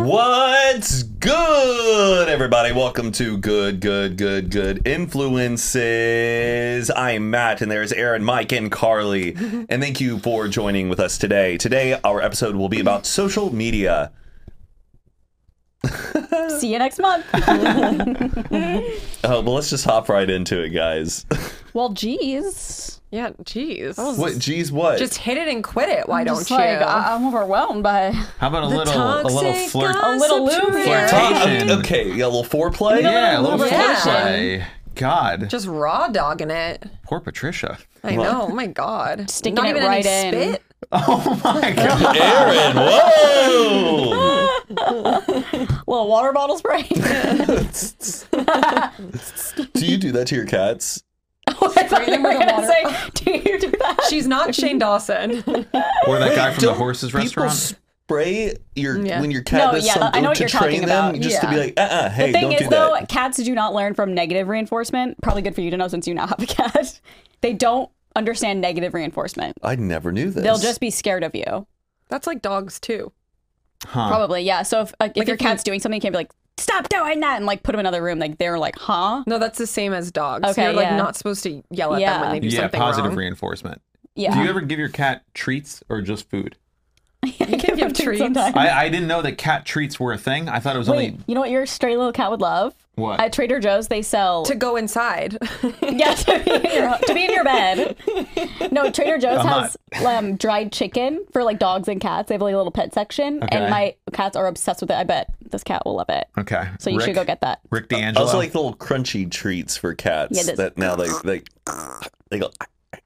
What's good, everybody? Welcome to Good, Good, Good, Good Influences. I'm Matt, and there's Aaron, Mike, and Carly. And thank you for joining with us today. Today, our episode will be about social media. See you next month. Oh, but let's just hop right into it, guys. well, geez. Yeah, jeez. What? Geez, what? Just hit it and quit it. Why don't Just you? Uh, like, uh, I- I'm overwhelmed by How about a little a little toxic flirt? guy? a little Gossip lube tree. here. Oh, flirtation. okay, yeah, a little foreplay. Yeah, a little Yeah. flirt play. God, Just raw dogging it. poor Patricia. I know. Oh my god. Sticking Not it even right any in. spit. Oh my God. Aaron, whoa! Little water bottle spray. do you do that to your cats? I thought you them were with the gonna water. say, do you do that? She's not Shane Dawson. Or that guy from the Don't horses people restaurant. Spray your Yeah. when your cat No, does yeah, something I know what to you're train talking them, about. just to be Yeah. like, uh, uh hey, the thing don't is, do though, that. cats do not learn from negative reinforcement. Probably good for you to know since you now have a cat. They don't understand negative reinforcement. I never knew this. They'll just be scared of you. That's like dogs too. huh. Probably, yeah. So if, like, if your if you- cat's doing something, you can't be like, stop doing that, and like put them in another room. Like they're like, huh? No, that's the same as dogs. Okay, You're like yeah. not supposed to yell at them Yeah. when they do Yeah, something positive wrong. reinforcement. Yeah. Do you ever give your cat treats or just food? you can give treats. I, I didn't know that cat treats were a thing. I thought it was Wait, only you know what your stray little cat would love? What? At Trader Joe's, they sell to go inside. yeah to be, in your, to be in your bed. No, Trader Joe's I'm has um, dried chicken for like dogs and cats. They have like a little pet section, Okay. and my cats are obsessed with it. I bet this cat will love it. okay. So you Rick, should go get that. Rick I D'Angelo. also like little crunchy treats for cats Yeah, Uh-huh. it is. that now they they they go.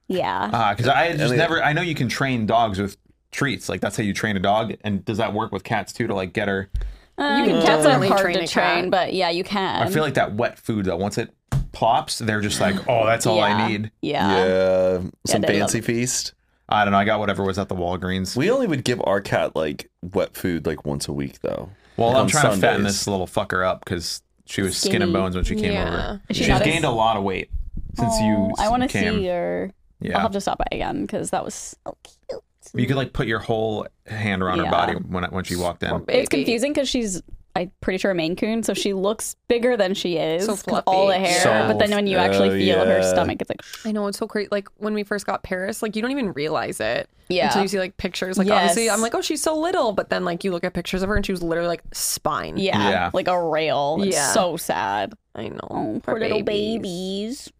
Yeah. because Ah, I had just mean- never. I know you can train dogs with treats. Like that's how you train a dog. And does that work with cats too? To like get her. you can cats are Um, definitely hard train to a train, cat. but yeah, you can. Uh, I feel like that wet food though. Once it plops, they're just like, oh, that's all Yeah. I need. Yeah. Yeah, some they love fancy feast. I don't know. I got whatever was at the Walgreens. We only would give our cat like wet food like once a week though. Well, Like, I'm on trying to fatten Sundays. this little fucker up because she was skin Skinny. and bones when she came Yeah. over. Is she She's not as- gained a lot of weight since you. Oh, I want to came. see your. Yeah, I'll have to stop by again because that was so cute. you could like put your whole hand around Yeah. her body when when she walked in. It's confusing because she's, I'm pretty sure, a Maine Coon, so she looks bigger than she is. So 'cause all the fluffy. hair, So- but then when you Oh, actually feel her yeah. stomach, it's like, I know it's so crazy. Like when we first got Paris, like you don't even realize it Yeah. until you see like pictures. Like Yes. obviously, I'm like, oh, she's so little, but then like you look at pictures of her and she was literally like spine. yeah, Yeah. like a rail. It's Yeah. so sad. I know. Oh, poor little babies.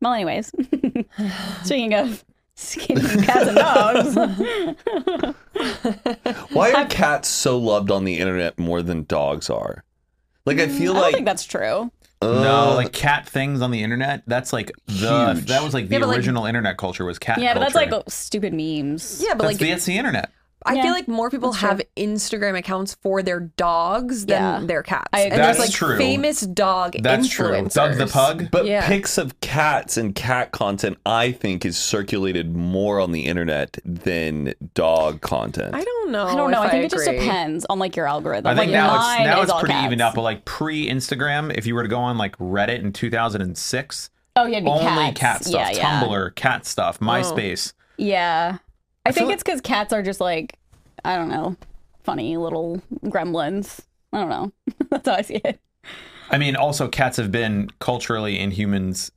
Well, anyways, speaking of skinny cats and dogs, Why are cats so loved on the internet more than dogs are? Like I feel Mm, I don't like think that's true. No, uh, like cat things on the internet. That's like the Huge. that was like the Yeah, but, like- original internet culture was cat. Yeah, but that's like culture. stupid memes. Yeah, but That's like the, it's the internet. I Yeah, feel like more people that's true. have Instagram accounts for their dogs than Yeah. their cats. I and agree. there's That's like true. famous dog That's true. influencers. Doug the pug. But Yeah. pics of cats and cat content, I think, is circulated more on the internet than dog content. I don't know. I don't know. if oh, I think it just agree. depends on like your algorithm. I like think now mine it's now is it's all pretty cats. evened up. But like pre Instagram, if you were to go on like Reddit in 2006, Oh yeah, it'd be only cats. cat Yeah, stuff. yeah. Oh. Tumblr, cat stuff, MySpace. Yeah. I, think feel it's because cats are just like, I don't know, funny little gremlins. I don't know. That's how I see it. I mean, also cats have been culturally in humans.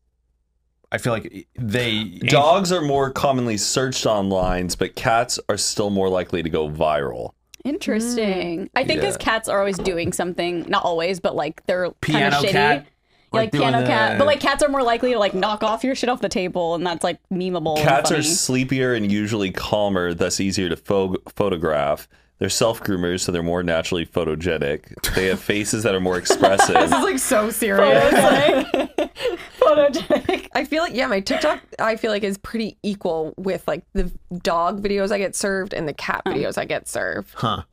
I feel like they Dogs are more commonly searched online, but cats are still more likely to go viral. Interesting. I think because Yeah. cats are always doing something, not always, but like they're kind Piano of shitty. cat, Yeah, Like, like doing piano cat, the- but like cats are more likely to like knock off your shit off the table, and that's like memeable. and Cats are funny. sleepier and usually calmer, thus easier to pho- photograph. They're self-groomers, so they're more naturally photogenic. They have faces that are more expressive. This is like so serious. It's, like, photogenic. I feel like yeah, my TikTok I feel like is pretty equal with like the dog videos I get served and the cat Uh-huh. videos I get served. Huh.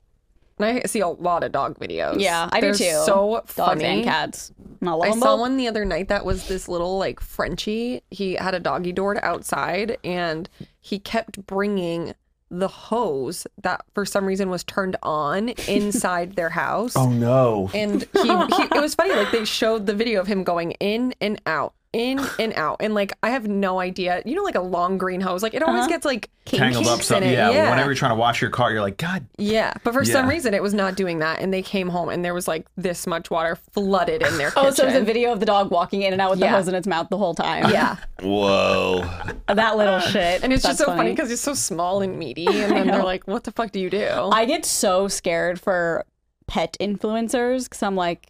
And I see a lot of dog videos. Yeah, I do They're too. So Dogs funny. and cats. And I love I 'em saw both. one the other night that was this little like Frenchie. He had a doggy door to outside and he kept bringing the hose that for some reason was turned on inside their house. Oh, Oh. no! And he, he, it was funny. Like they showed the video of him going in and out, in and out. And like I have no idea. You know, like a long greenhouse, like it always Uh-huh. gets like tangled up Kinks stuff. in it, Yeah, yeah. Whenever you're trying to wash your car, you're like, God, yeah. But for some Yeah. reason, it was not doing that. And they came home and there was like this much water flooded in their kitchen. Oh, so it was a video of the dog walking in and out with Yeah. the hose in its mouth the whole time. Yeah, Whoa. that little shit. and it's That's just so funny because it's so small and meaty, and then they're like, "What the fuck do you do?" I get so scared for pet influencers because I'm like,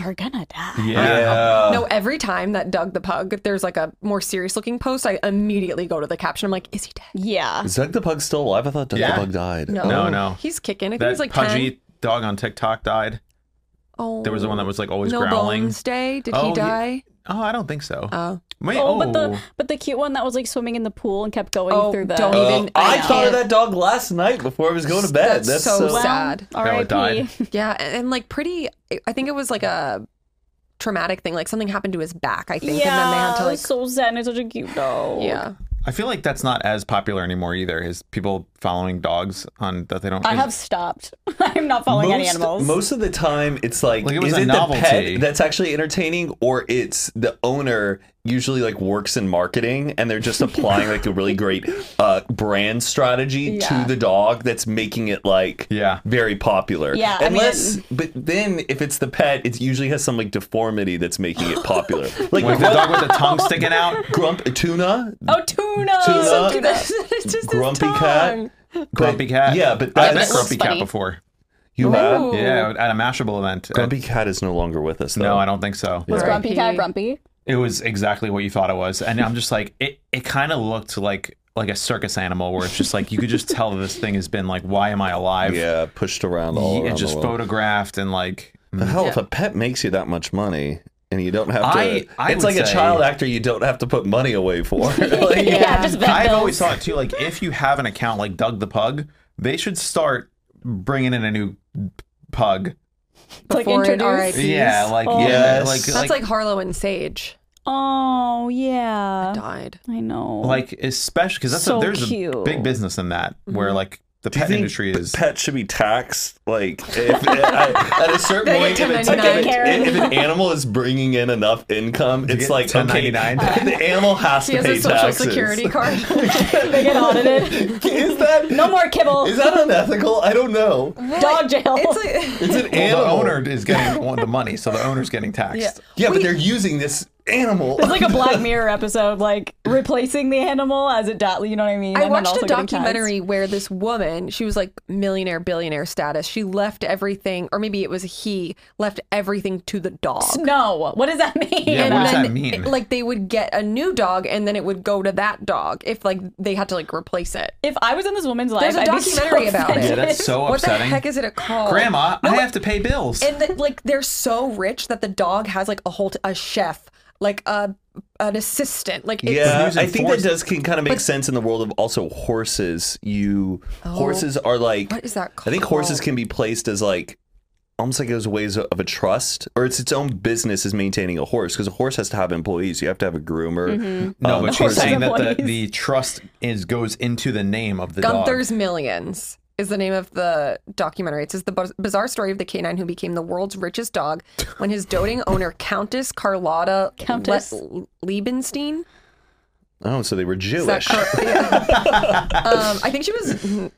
you're gonna die. No, every time that Doug the Pug, there's like a more serious looking post, I immediately go to the caption. I'm like, is he dead? Yeah. Is Doug the Pug still alive? I thought Doug Yeah. the Pug died. No, no. He's kicking. I think That he's like pudgy 10. dog on TikTok died. Oh, There was the one that was like always no growling. bones day. Did Oh, he he- die? Oh, I don't think so. Oh. Wait, Oh, but the but the cute one that was like swimming in the pool and kept going Oh, through the. don't Uh, even- I, I thought of can't- that dog last night before I was going to bed. That's That's, uh, so so, Well, Sad. How it R.I.P. died. Yeah, and, and like pretty. I think it was like a traumatic thing. Like something happened to his back. I think, and then they had to Yeah, like. it's so sad. and It's such a cute dog. yeah, I feel like that's not as popular anymore either. Is people following dogs on that they don't? I have stopped. I'm not following most, any animals. Most of the time, it's like, Like, it was is a it novelty. the pet that's actually entertaining, or it's the owner usually like works in marketing and they're just applying like a really great uh, brand strategy Yeah. to the dog that's making it like Yeah. very popular. Yeah, I mean- unless but then if it's the pet, it usually has some like deformity that's making it popular. like Like the dog with the tongue sticking out. Grump tuna, oh, tuna. Tuna. So cute. it's just grumpy his cat. tongue. Grumpy But- cat. Yeah, but I've met that's- looks Grumpy cat funny. before. you have. Ooh. Yeah, at a Mashable event. Grumpy Cat is no longer with us. Though. no, I don't think so. Was Yeah. Grumpy R.I.P. Cat grumpy? It was exactly what you thought it was, and I'm just like, it. It kind of looked like like a circus animal, where it's just like you could just tell this thing has been like, why am I alive? Yeah, pushed around all Ye- around and just the world. photographed and like. mm. The hell, if a pet makes you that much money and you don't have to, I- I it's would like a say- child actor you don't have to put money away for. like, Yeah, Yeah. just vet I've bills. always thought too, like if you have an account like Doug the Pug, they should start bringing in a new pug. It's like Before it introduced. R.I.P. Yeah, like Oh. yeah, Yes. like That's like, Harlow and Sage Oh yeah, died. I know. like especially because that's So a, there's a cute. big business in that where like the do you pet think industry is. pets should be taxed? Like, if, I- at a certain They get point, if, it's, 10.99. if, Karen. it- if an animal is bringing in enough income, it's get like okay, 10.99? the animal has She to has pay a social taxes. security card. they get audited. is that No more kibble. is that unethical? I don't know. Dog jail. it's like It's an Well, animal. the owner is getting the money, so the owner's getting taxed. yeah. Yeah, but they're using this animal. It's like a Black Mirror episode, like replacing the animal as it dot. You know what I mean? I And then watched also a getting taxed. documentary where this woman, she was like millionaire, billionaire status. She left everything, or maybe it was he, left everything to the dog. No, what does that mean? Yeah, what does And that mean? it- like they would get a new dog, and then it would go to that dog if like they had to like replace it. if I was in this woman's life, There's a I'd be so documentary about it. Yeah, that's so Oh, what upsetting. the heck is it a call? Grandma, I have to pay bills. And the, like they're so rich that the dog has like a whole t- a chef, like a an assistant. Like it's, Yeah, Who's I think that enforced- does can kind of make sense in the world of also horses. You horses are like Oh, What is that I think horses called? can be placed as like almost like as ways of a trust, or it's its own business is maintaining a horse because a horse has to have employees. You have to have a groomer. Mm-hmm. no, Um, but she's horse has saying that the, employees. the trust is goes into the name of the Gunther's dog. Millions is the name of the documentary. It says the buz- bizarre story of the canine who became the world's richest dog when his doting owner, Countess Carlotta Le- Countess. Liebenstein. oh, so they were Is that Jewish. correct? Yeah. um, I think she was mm,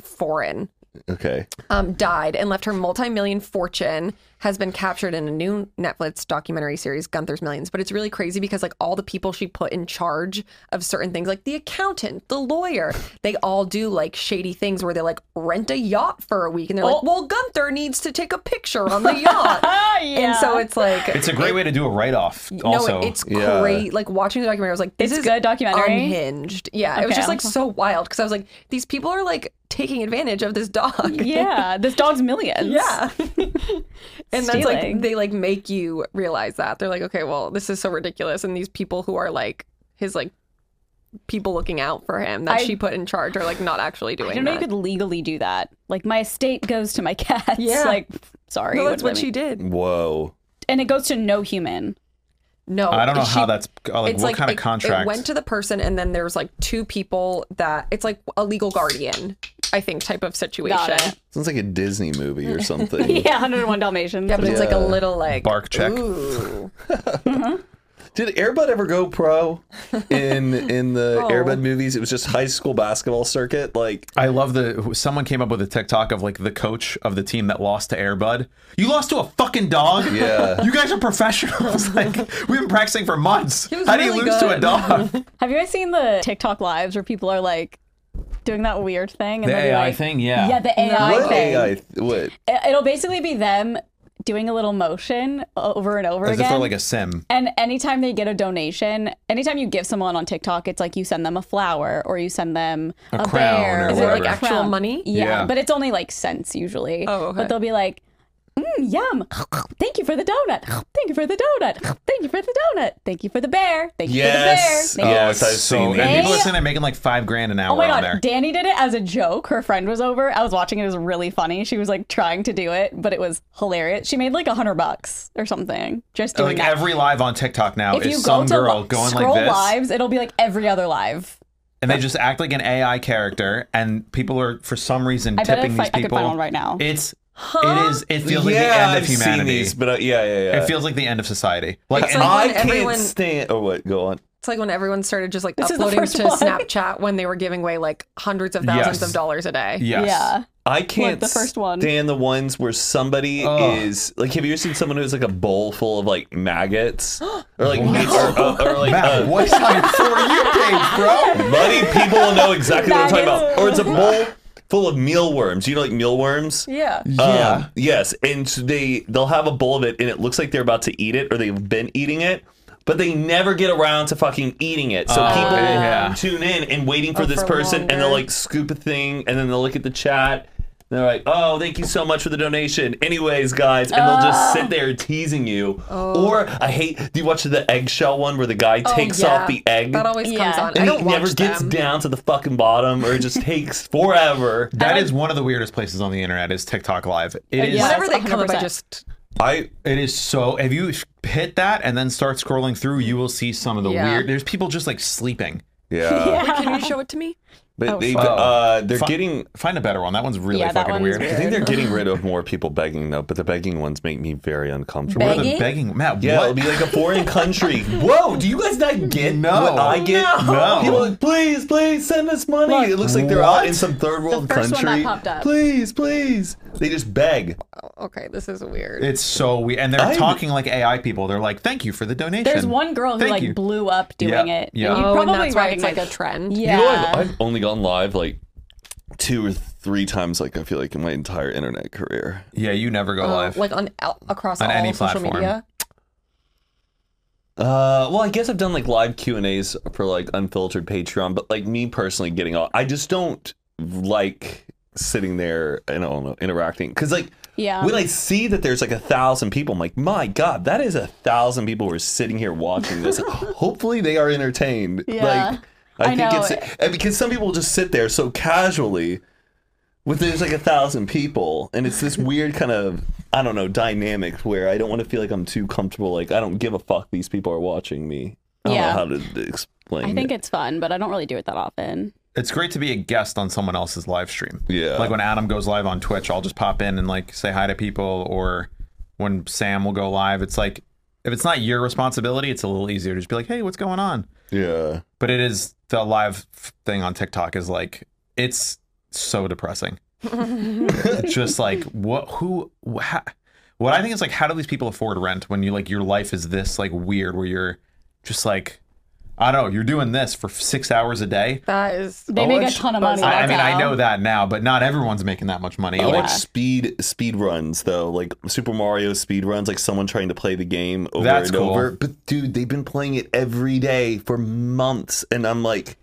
foreign. okay, Um, died and left her multi-million fortune has been captured in a new Netflix documentary series, Gunther's Millions. But it's really crazy because like all the people she put in charge of certain things, like the accountant, the lawyer, they all do like shady things where they like rent a yacht for a week and they're Oh. like, well, Gunther needs to take a picture on the yacht, Ah, yeah. and so it's like. It's a great way to do a write off. Also, no, it- it's yeah. great. Like watching the documentary, I was like, "This It's is good documentary? unhinged." Yeah, it was Okay. just like so wild because I was like, "These people are like taking advantage of this dog." yeah, this dog's millions. Yeah. and that's like Stealing. they like make you realize that. They're like, okay, well, this is so ridiculous. And these people who are like his like people looking out for him that I- she put in charge are like not actually I doing don't know you that. could legally do that. Like my estate goes to my cats. Yeah. Like sorry. No, what that's does what that she mean? did. whoa. And it goes to no human. No, I don't know she- how that's uh, like what it's kind it- of contract. It went to the person, and then there's like two people that it's like a legal guardian, I think, type of situation. Got it. Sounds like a Disney movie or something. Yeah, 101 Dalmatians. Yeah, but it's like a Yeah. little like Bark check. Ooh, Did Airbud ever go pro in in the Oh. Airbud movies? It was just high school basketball circuit. Like I love the someone came up with a TikTok of like the coach of the team that lost to Airbud. You lost to a fucking dog. Yeah. You guys are professionals. like we've been practicing for months. was How do you really lose to a good. dog? Have you guys seen the TikTok lives where people are like doing that weird thing? And The they'll be AI like- thing, yeah. Yeah, the AI what thing. AI? th- What? It- It'll basically be them doing a little motion over and over As if again. they're like a sim. and anytime they get a donation, anytime you give someone on TikTok, it's like you send them a flower or you send them A a, crown bear. or Is it, like, a actual crown. money? Yeah, Yeah. but it's only like cents usually. Oh, okay. But they'll be like, mm, yum. Thank you for the donut. Thank you for the donut. Thank you for the donut. Thank you for the bear. Thank you Yes. for the bear. Thank you Oh, Yes, I've seen And these. people are saying they're making like five grand an hour Oh my on god, there. Danny did it as a joke. Her friend was over. I was watching it. It was really funny. She was like trying to do it, but it was hilarious. She made like a hundred bucks or something just doing Oh, Like that. every live on TikTok now if is you go some to girl li- going scroll like this, lives, it'll be like every other live. and they just act like an AI character, and people are for some reason I bet tipping if I, these I could people. find one right now. It's Huh? it is it feels like the end of I've seen humanity. these, but uh, yeah, yeah, yeah. It feels like the end of society. Like It's and like- I when can't everyone- stand. Oh, what? Go on. It's like when everyone started just like This is the uploading first to one. Snapchat when they were giving away like hundreds of thousands Yes. of dollars a day. yes. Yeah. I can't the first one. stand the ones where somebody Ugh. is like. Have you ever seen someone who's like a bowl full of like maggots or like or, or, or, like Matt, uh, what's on your for you page, bro? buddy? People will know exactly what I'm talking about. Maggots. Or it's a bowl full of mealworms. You know, like mealworms. Yeah. Um, yes, and they they'll have a bowl of it, and it looks like they're about to eat it, or they've been eating it, but they never get around to fucking eating it. So Oh, people yeah. tune in and waiting for Oh, this for person, and they'll longer. like scoop a thing, and then they'll look at the chat. And they're like, "Oh, thank you so much for the donation." Anyways, guys, and they'll just Oh. sit there teasing you. Or I hate. Do you watch the eggshell one where the guy Oh, takes yeah. off the egg? That always comes Yeah. on. I and don't he never watch gets them. down to the fucking bottom, or it just takes forever. That is one of the weirdest places on the internet is TikTok Live. It is Uh, Yeah. Whenever they come up, I 100%. just I it is so if you hit that and then start scrolling through, you will see some of the Yeah. weird there's people just like sleeping. yeah. can you show it to me? But they, fuck. uh, they're Fi- getting. find a better one. That one's really Yeah, that fucking one's weird. I weird. think they're getting rid of more people begging though, but the begging ones make me very uncomfortable. What are Begging? the begging Matt, Yeah, it'll what? be like a foreign country. Whoa, do you guys not get No. what I get? No. People are like, please, please send us money. it looks like they're out in some third world first one that country. popped up. Please, please. They just beg. Okay, this is weird. It's so weird. And they're I- talking like AI people. They're like, thank you for the donation. There's one girl who Thank like you. blew up doing Yeah, it. yeah. And you Oh, probably and that's why it's like recognize- a trend. Yeah. You know, I've, I've only gone live like two or three times. Like I feel like in my entire internet career. Yeah, you never go Uh, Oh, live. like on all- across On all any social platform. media. Uh, well, I guess I've done like live Q and A's for like unfiltered Patreon, but like me personally getting on, I just don't like sitting there and I don't know interacting because like Yeah. when I see that there's like a thousand people, I'm like, my god, that is a thousand people who are sitting here watching this. Hopefully, they are entertained. Yeah. Like, I, I think know. it's and because some people just sit there so casually with there's like a thousand people and it's this weird kind of i don't know dynamic where i don't want to feel like i'm too comfortable like i don't give a fuck these people are watching me i don't Yeah. know how to d- explain I think it. it's fun, but I don't really do it that often. it's great to be a guest on someone else's live stream. Yeah. Like when Adam goes live on Twitch, I'll just pop in and like say hi to people or when Sam will go live, it's like if it's not your responsibility, it's a little easier to just be like, "Hey, what's going on?" yeah But it is the live f- thing on TikTok is like it's so depressing. just like what who wha- what I think is like how do these people afford rent when you like your life is this like weird where you're just like I don't know, you're doing this for 6 hours a day. That is. They Oh, make a it's- ton of money. I, I mean, I that's know how. that now, but not everyone's making that much money. I Like, watch speed speed runs though, like Super Mario speed runs, like someone trying to play the game over That's and cool. over. But dude, they've been playing it every day for months, and I'm like,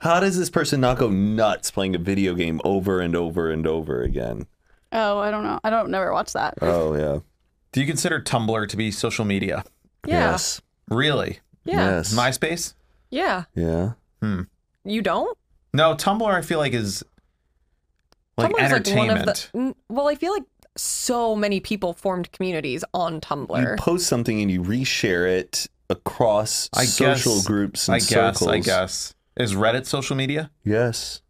how does this person not go nuts playing a video game over and over and over again? Oh, I don't know. I don't never watch that. Oh yeah, do you consider Tumblr to be social media? Yeah. yes, Really? Yeah. yes, MySpace? Yeah. yeah. You don't? No, Tumblr I feel like is like Tumblr's entertainment. N- Well, I feel like so many people formed communities on You Tumblr. post something and you reshare it across I social guess- groups and I guess, circles. I guess. Is Reddit social media? Yes,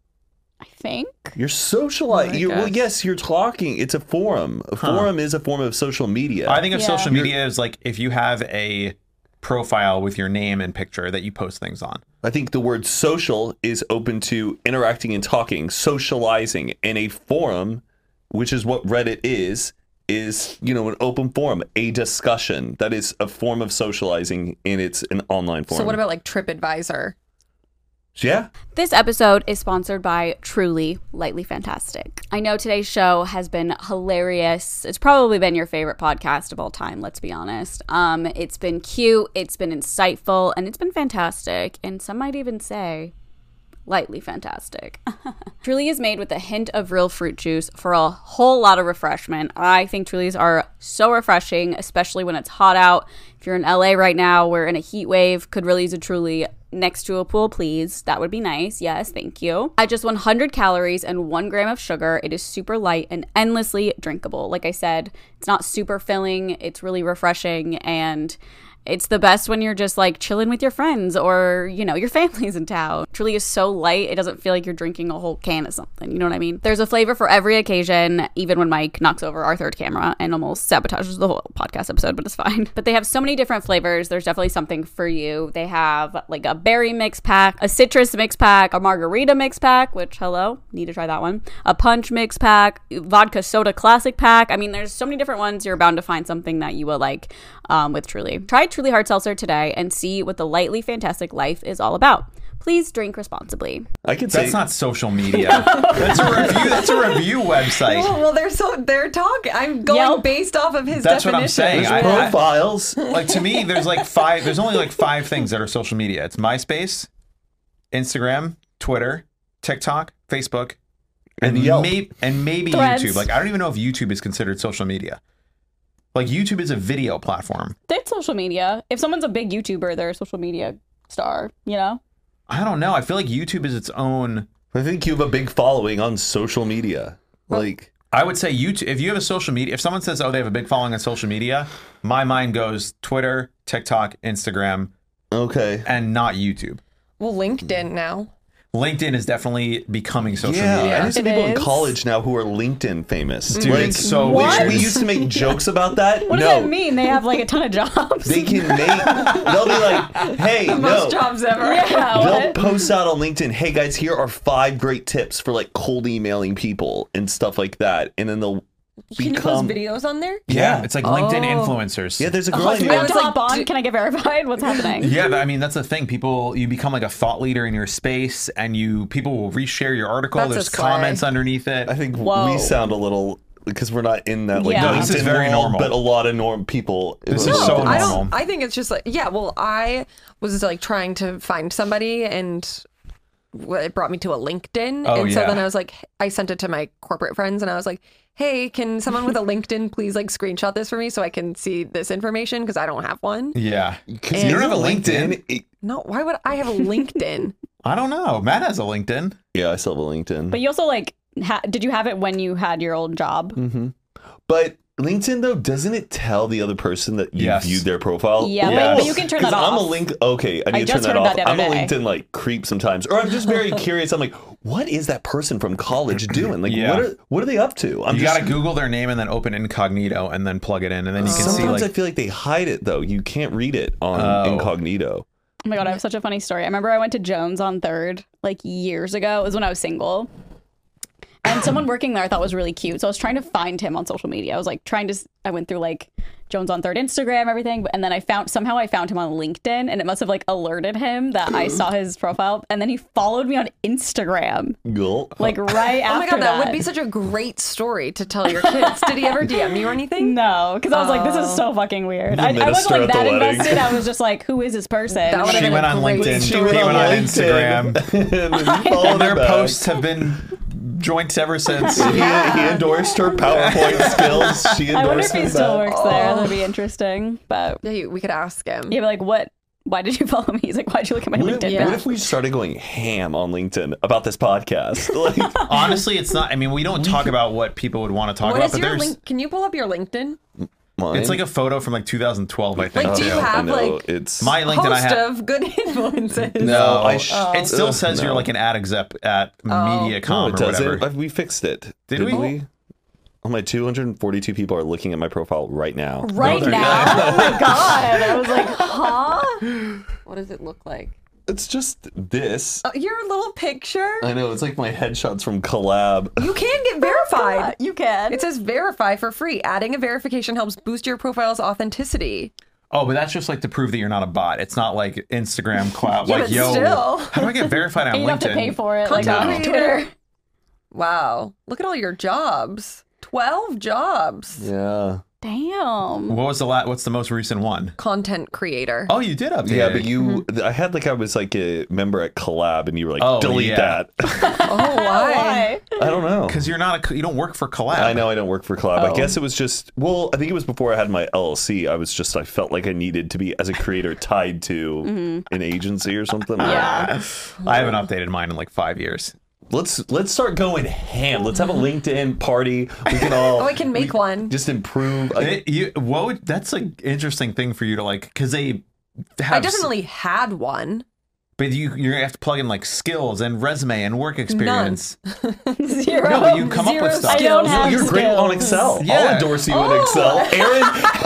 I think. you're Oh socializing. I you well, guess. yes, you're talking. It's a forum. A forum is a form of social media. I think of Yeah. social You're- media as like if you have a profile with your name and picture that you post things on. I think the word social is open to interacting and talking, socializing in a forum, which is what Reddit is, is, you know, an open forum, a discussion. That is a form of socializing and it's an online forum. So what about like TripAdvisor? Yeah. This episode is sponsored by Truly Lightly Fantastic. I know today's show has been hilarious. It's probably been your favorite podcast of all time, let's be honest. Um, it's been cute, it's been insightful, and it's been fantastic. And some might even say lightly fantastic. Truly is made with a hint of real fruit juice for a whole lot of refreshment. I think Trulies are so refreshing, especially when it's hot out. If you're in LA right now, we're in a heat wave, could really use a Truly next to a pool, please. That would be nice. Yes, thank you. At just 100 calories and one gram of sugar, it is super light and endlessly drinkable. Like I said, it's not super filling, it's really refreshing and it's the best when you're just like chilling with your friends or, you know, your family's in town. Truly is so light, it doesn't feel like you're drinking a whole can of something. You know what I mean? There's a flavor for every occasion, even when Mike knocks over our third camera and almost sabotages the whole podcast episode, but it's fine. But they have so many different flavors. There's definitely something for you. They have like a berry mix pack, a citrus mix pack, a margarita mix pack, which, hello, need to try that one, a punch mix pack, vodka soda classic pack. I mean, there's so many different ones. You're bound to find something that you will like um, with Truly. Try Truly Hard Seltzer today and see what the lightly fantastic life is all about. Please drink responsibly. I could say That's not social media. That's a review. That's a review website. Oh, Well, well, they're so they're talking. I'm going Yelp. based off of his That's definition. what I'm saying. I- I- profiles. like to me, there's like five. There's only like five things that are social media. It's MySpace, Instagram, Twitter, TikTok, Facebook, And Yelp. may- and maybe Threads. YouTube. Like I don't even know if YouTube is considered social media. Like YouTube is a video platform. That's social media. If someone's a big YouTuber, they're a social media star, you know? I don't know. I feel like YouTube is its own. I think you have a big following on social media. Like I would say YouTube. If you have a social media, if someone says, "Oh, they have a big following on social media," my mind goes Twitter, TikTok, Instagram, okay. and not YouTube. well, LinkedIn now. LinkedIn is definitely becoming social yeah, media. I know some It people in is. college now who are LinkedIn famous. Dude, like, it's so we- weird. We, used to make jokes about that. What no, does that mean? They have like a ton of jobs. they can make. They'll be like, "Hey, no." Most jobs ever. yeah, They'll what? post out on LinkedIn, "Hey guys, here are five great tips for like cold emailing people and stuff like that," and then they'll Can you become. post videos on there? Yeah, it's like LinkedIn Oh. influencers. yeah, there's a girl. I knew- I have was to like, hop on. d- Can I get verified? What's happening? Yeah, I mean that's the thing. People, you become like a thought leader in your space, and you people will reshare your article. That's a There's slay. comments underneath it. I think Whoa. we sound a little because we're not in that like Yeah. No, this is LinkedIn very world, normal. but a lot of norm people. This Well, is so Oh, I normal. don't. I think it's just like yeah. Well, I was like trying to find somebody, and well, it brought me to a LinkedIn, Oh, and so yeah. then I was like, I sent it to my corporate friends, and I was like, hey, can someone with a LinkedIn please like screenshot this for me so I can see this information because I don't have one. yeah, 'Cause you don't have a LinkedIn. LinkedIn. it- No, why would I have a LinkedIn? I don't know. Matt has a LinkedIn. yeah, I still have a LinkedIn. But you also like, ha- did you have it when you had your old job? Mm-hmm. But LinkedIn though, doesn't it tell the other person that you Yes. viewed their profile? Yeah, but- but you can turn 'Cause that I'm a off. link. Okay, I need I to turn just that heard off. that the I'm other a day. LinkedIn like creep sometimes, or I'm just very curious. I'm like, what is that person from college doing? Like, Yeah. what are what are they up to? I'm you just. gotta Google their name and then open incognito and then plug it in, and then you can see sometimes like I feel like they hide it though. You can't read it on Oh. incognito. Oh my god, I have such a funny story. I remember I went to Jones on Third like years ago. It was when I was single, and someone working there I thought was really cute. So I was trying to find him on social media. I was like trying to. s- I went through like Jones on Third Instagram, everything, but- and then I found somehow I found him on LinkedIn, and it must have like alerted him that I saw his profile, and then he followed me on Instagram Gulp. like right Oh after my god, that, would be such a great story to tell your kids. Did he ever DM you or anything? No, because I was like, this is Oh. so fucking weird. I, I minister wasn't like at the that wedding. invested. I was just like, who is this person? That would've she been went a on great- LinkedIn, She he went on on LinkedIn. Instagram. and then he followed And their her back. posts have been joints ever since. He, he endorsed her PowerPoint skills. She endorsed I wonder if he him still back. works there. That'd Oh. be interesting. But Yeah, you- we could ask him. yeah, but like, what? Why did you follow me? He's like, why'd you look at my What if, LinkedIn? what Yeah. if we started going ham on LinkedIn about this podcast? Like, Honestly, it's not. I mean, we don't talk about what people would want to talk What about, is but your there's link? Can you pull up your LinkedIn? mine? it's like a photo from like 2012, I think. Like, do too. you have- I know, like, it's My LinkedIn, I Host have. of good influences. No, Oh, I sh- it still Ugh, says you're no. like an ad exec at MediaCom no, or it doesn't. whatever. Uh, We fixed it. Did we? Oh my, 242 people are looking at my profile right now. Right they're now? not. Oh my god. I was like, huh? What does it look like? It's just this. Uh, your little picture. I know it's like my headshots from collab. You can get verified. Uh, You can. It says verify for free. Adding a verification helps boost your profile's authenticity. Oh, but that's just like to prove that you're not a bot. It's not like Instagram clout. Yeah, like, but yo, still. how do I get verified on you LinkedIn? have to pay for it. Content like on creator. Twitter. Wow. Look at all your jobs. 12 jobs. Yeah. Damn. What was the la- What's the most recent one? Content creator. Oh, you did update. Yeah, it. but you, I had like I was like a member at collab, and you were like, Oh, delete yeah. that. Oh, why? Why? I don't know. because you're not a you don't work for collab. I know I don't work for collab. I Oh. guess it was just well, I think it was before I had my LLC. I was just I felt like I needed to be as a creator tied to an agency or something. Mm-hmm. Yeah. I haven't updated mine in like five years. Let's let's start going ham. Let's have a LinkedIn party. We can all Oh, I can make one. just improve. I- It- you, what would, that's an interesting thing for you to like because they I have. s- definitely had one. But you you're gonna have to plug in like skills and resume and work experience. Zero. No, but you come up Zero with stuff. I don't have Oh, You're great skills. on Excel. I'll Yeah. endorse you in Excel. Aaron,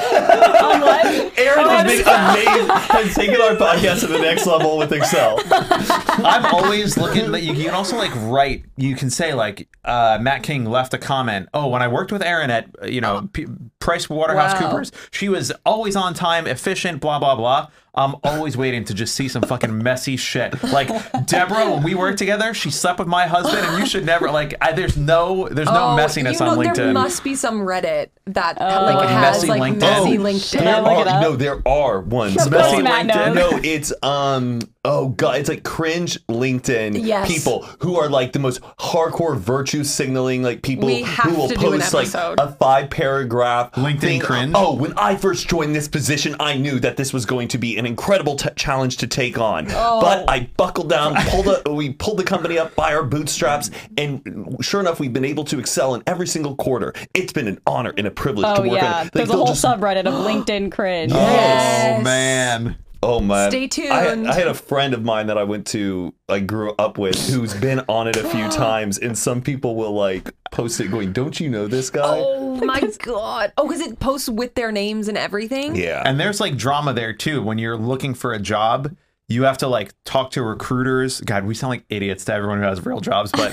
Oh. On what? Aaron has been Excel. amazing. Has taken our podcast to the next level with Excel. I'm always looking. But you can also like write. You can say like uh, Matt King left a comment. Oh, when I worked with Aaron at uh, you know P- Price Waterhouse Coopers, she was always on time, efficient, blah blah blah. I'm always waiting to just see some fucking messy shit. Like Deborah, when we worked together, she slept with my husband, and you should never like. I, there's no there's no Oh, messiness you know, on LinkedIn. There must be some Reddit that like, Like has messy like LinkedIn. messy Oh, LinkedIn. Can I look are- it up? No, there are ones. Of course on Matt LinkedIn. knows. No, it's um oh god, it's like cringe LinkedIn Yes. people who are like the most hardcore virtue signaling like people We have who will to do an post like episode. a five paragraph LinkedIn cringe? Oh, when I first joined this position, I knew that this was going to be an incredible t- challenge to take on. Oh. But I buckled down, pulled up, we pulled the company up by our bootstraps, and sure enough, we've been able to excel in every single quarter. It's been an honor and a privilege to Oh work yeah. on. Like, There's a they'll whole just- subreddit of LinkedIn cringe. Oh man. Oh my! Stay tuned. I, I had a friend of mine that I went to, I grew up with, who's been on it a few times, and some people will like post it, going, "Don't you know this guy?" Oh my god. Oh, because it posts with their names and everything. Yeah. And there's like drama there too. When you're looking for a job, you have to like talk to recruiters. God, we sound like idiots to everyone who has real jobs, but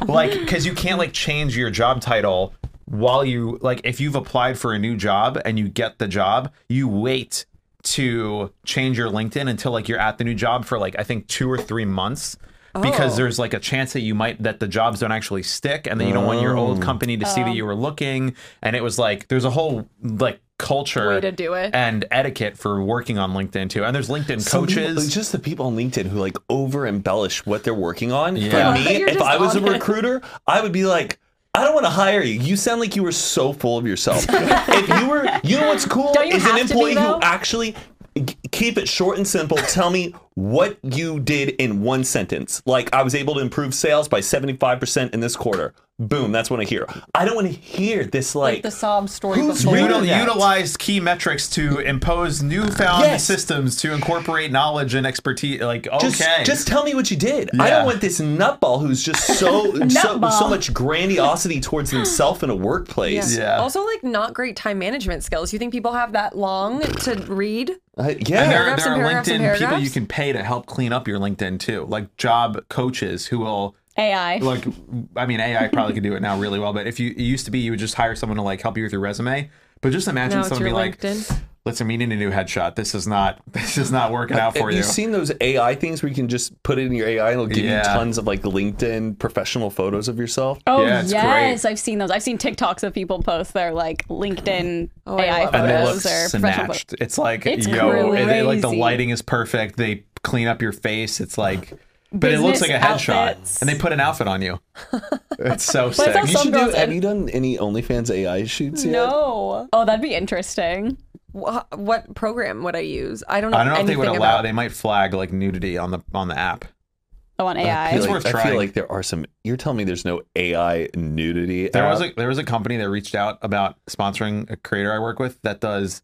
like, because you can't like change your job title while you like, if you've applied for a new job and you get the job, you wait to change your LinkedIn until like you're at the new job for like, I think two or three months. Oh. Because there's like a chance that you might that the jobs don't actually stick, and that you don't want your Oh. old company to see that you were looking. And it was like there's a whole like culture Way to do it. and etiquette for working on LinkedIn too. And there's LinkedIn Some people- coaches. like, just the people on LinkedIn who like over embellish what they're working on. Yeah. For But me, you're if just I was a on it. recruiter, I would be like, I don't want to hire you. You sound like you were so full of yourself. if you were, you know what's cool Don't you is an have to be, employee who though? actually g- keep it short and simple. Tell me what you did in one sentence. Like I was able to improve sales by seventy five percent in this quarter. Boom. That's what I hear. I don't want to hear this like. Like the sob story Who's before. reading Util- that. utilized key metrics to impose newfound Yes. systems to incorporate knowledge and expertise. Like, okay, Just, just tell me what you did. I Yeah. don't want this nutball who's just so so, Nutball. so much grandiosity towards himself in a workplace. Yeah. Also, like not great time management skills. You think people have that long to read? Uh, And yeah. there, Paragraphs there and paragraphs and are LinkedIn people paragraphs? you can pay to help clean up your LinkedIn too, like job coaches who will AI. like I mean AI probably could do it now really well, but if you it used to be you would just hire someone to like help you with your resume. But just imagine Now it's someone be your like, LinkedIn. "Listen, we need a new headshot. This is not this is not working out for Have you seen those AI things where you can just put it in your AI and it'll give Yeah. you tons of like LinkedIn professional photos of yourself? Oh Yeah, it's yes, I've seen those. I've seen TikToks of people post their like LinkedIn Oh, I AI love it. and they look photos or professional photos. snatched. It's like It's yo, and they- like the crazy. lighting is perfect. They clean up your face. It's like, but it looks like a Business headshot, outfits. and they put an outfit on you. It's so But it's sick. also- You Some should do, girls- have you done any OnlyFans AI shoots yet? No. Oh, that'd be interesting. Wha- what program would I use? I don't know. I don't know if they would anything allow. about- They might flag like nudity on the on the app. Oh, on I AI. feel, It's like, worth I feel trying. like there are some. You're telling me there's no AI nudity. There app? was a there was a company that reached out about sponsoring a creator I work with that does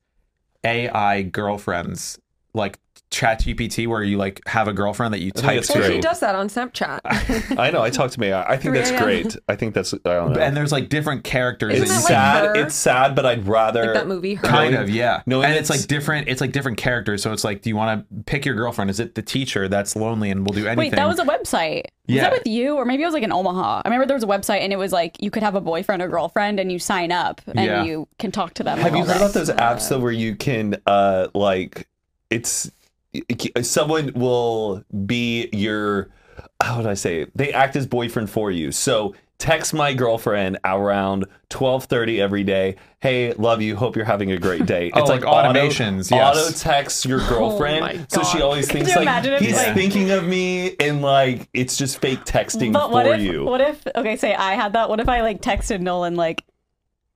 AI girlfriends, like chat gpt where you like have a girlfriend that you think type it's Well, true. to she does that on Snapchat. I know. I talked to Mayor. I think that's 3 a.m. great. I think that's. I don't know. and there's like different characters Isn't that it's that you sad. like her? It's sad, but I'd rather Like that movie, Her. kind Knowing- of yeah knowing and it's it's- like different it's like different characters so it's like do you want to pick your girlfriend is it the teacher that's lonely and will do anything Wait, that was a website. Was Yeah. that with you? Or maybe it was like in Omaha. I remember there was a website and it was like you could have a boyfriend or girlfriend and you sign up and Yeah. you can talk to them. Have and you all heard that. about those apps though, where you can uh like it's someone will be your how would I say it? they act as boyfriend for you. So text my girlfriend around twelve thirty every day. Hey, love you. Hope you're having a great day. Oh, It's like, like automations, Auto, yes. auto text Oh your my girlfriend, so she God. always thinks you like imagine if, he's like- thinking of me, and like it's just fake texting But for what if, you. what if, okay, say I had that. What if I like texted Nolan, like,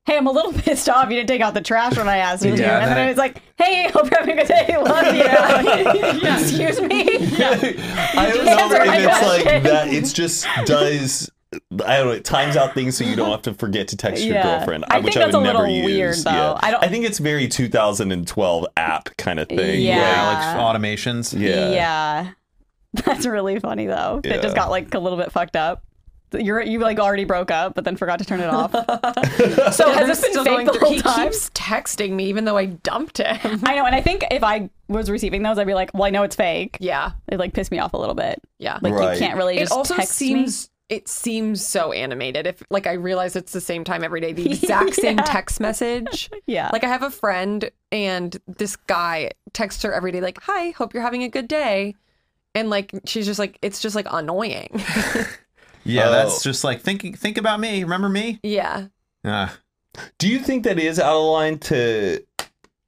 hey, I'm a little pissed off you didn't take out the trash when I asked you to. Yeah, And then then I it- was like, hey, hope you're having a good day. Love you. Like, Excuse me. I don't Just know answer my if it's question. like that. It's just does. I don't know. It times out things so you don't have to forget to text your Yeah. girlfriend, I I which think I that's would a never little use. weird, though. Yeah. I I, don't- think it's very 2012 app kind of thing. Yeah. yeah like Yeah. automations Yeah. Yeah. That's really funny though. It Yeah. just got like a little bit fucked up. You're you like already broke up, but then forgot to turn it off. so has this been Still fake going the through- whole he time? keeps texting me even though I dumped him. I know, and I think if I was receiving those, I'd be like, "Well, I know it's fake." Yeah. It like pissed me off a little bit. Yeah. Like Right. you can't really. it just also text me. seems it seems so animated if like i realize it's the same time every day the exact same Yeah. text message Yeah. like i have a friend and this guy texts her every day like hi hope you're having a good day and like she's just like it's just like annoying yeah Oh. that's just like thinking think about me remember me yeah uh, Do you think that is out of line to?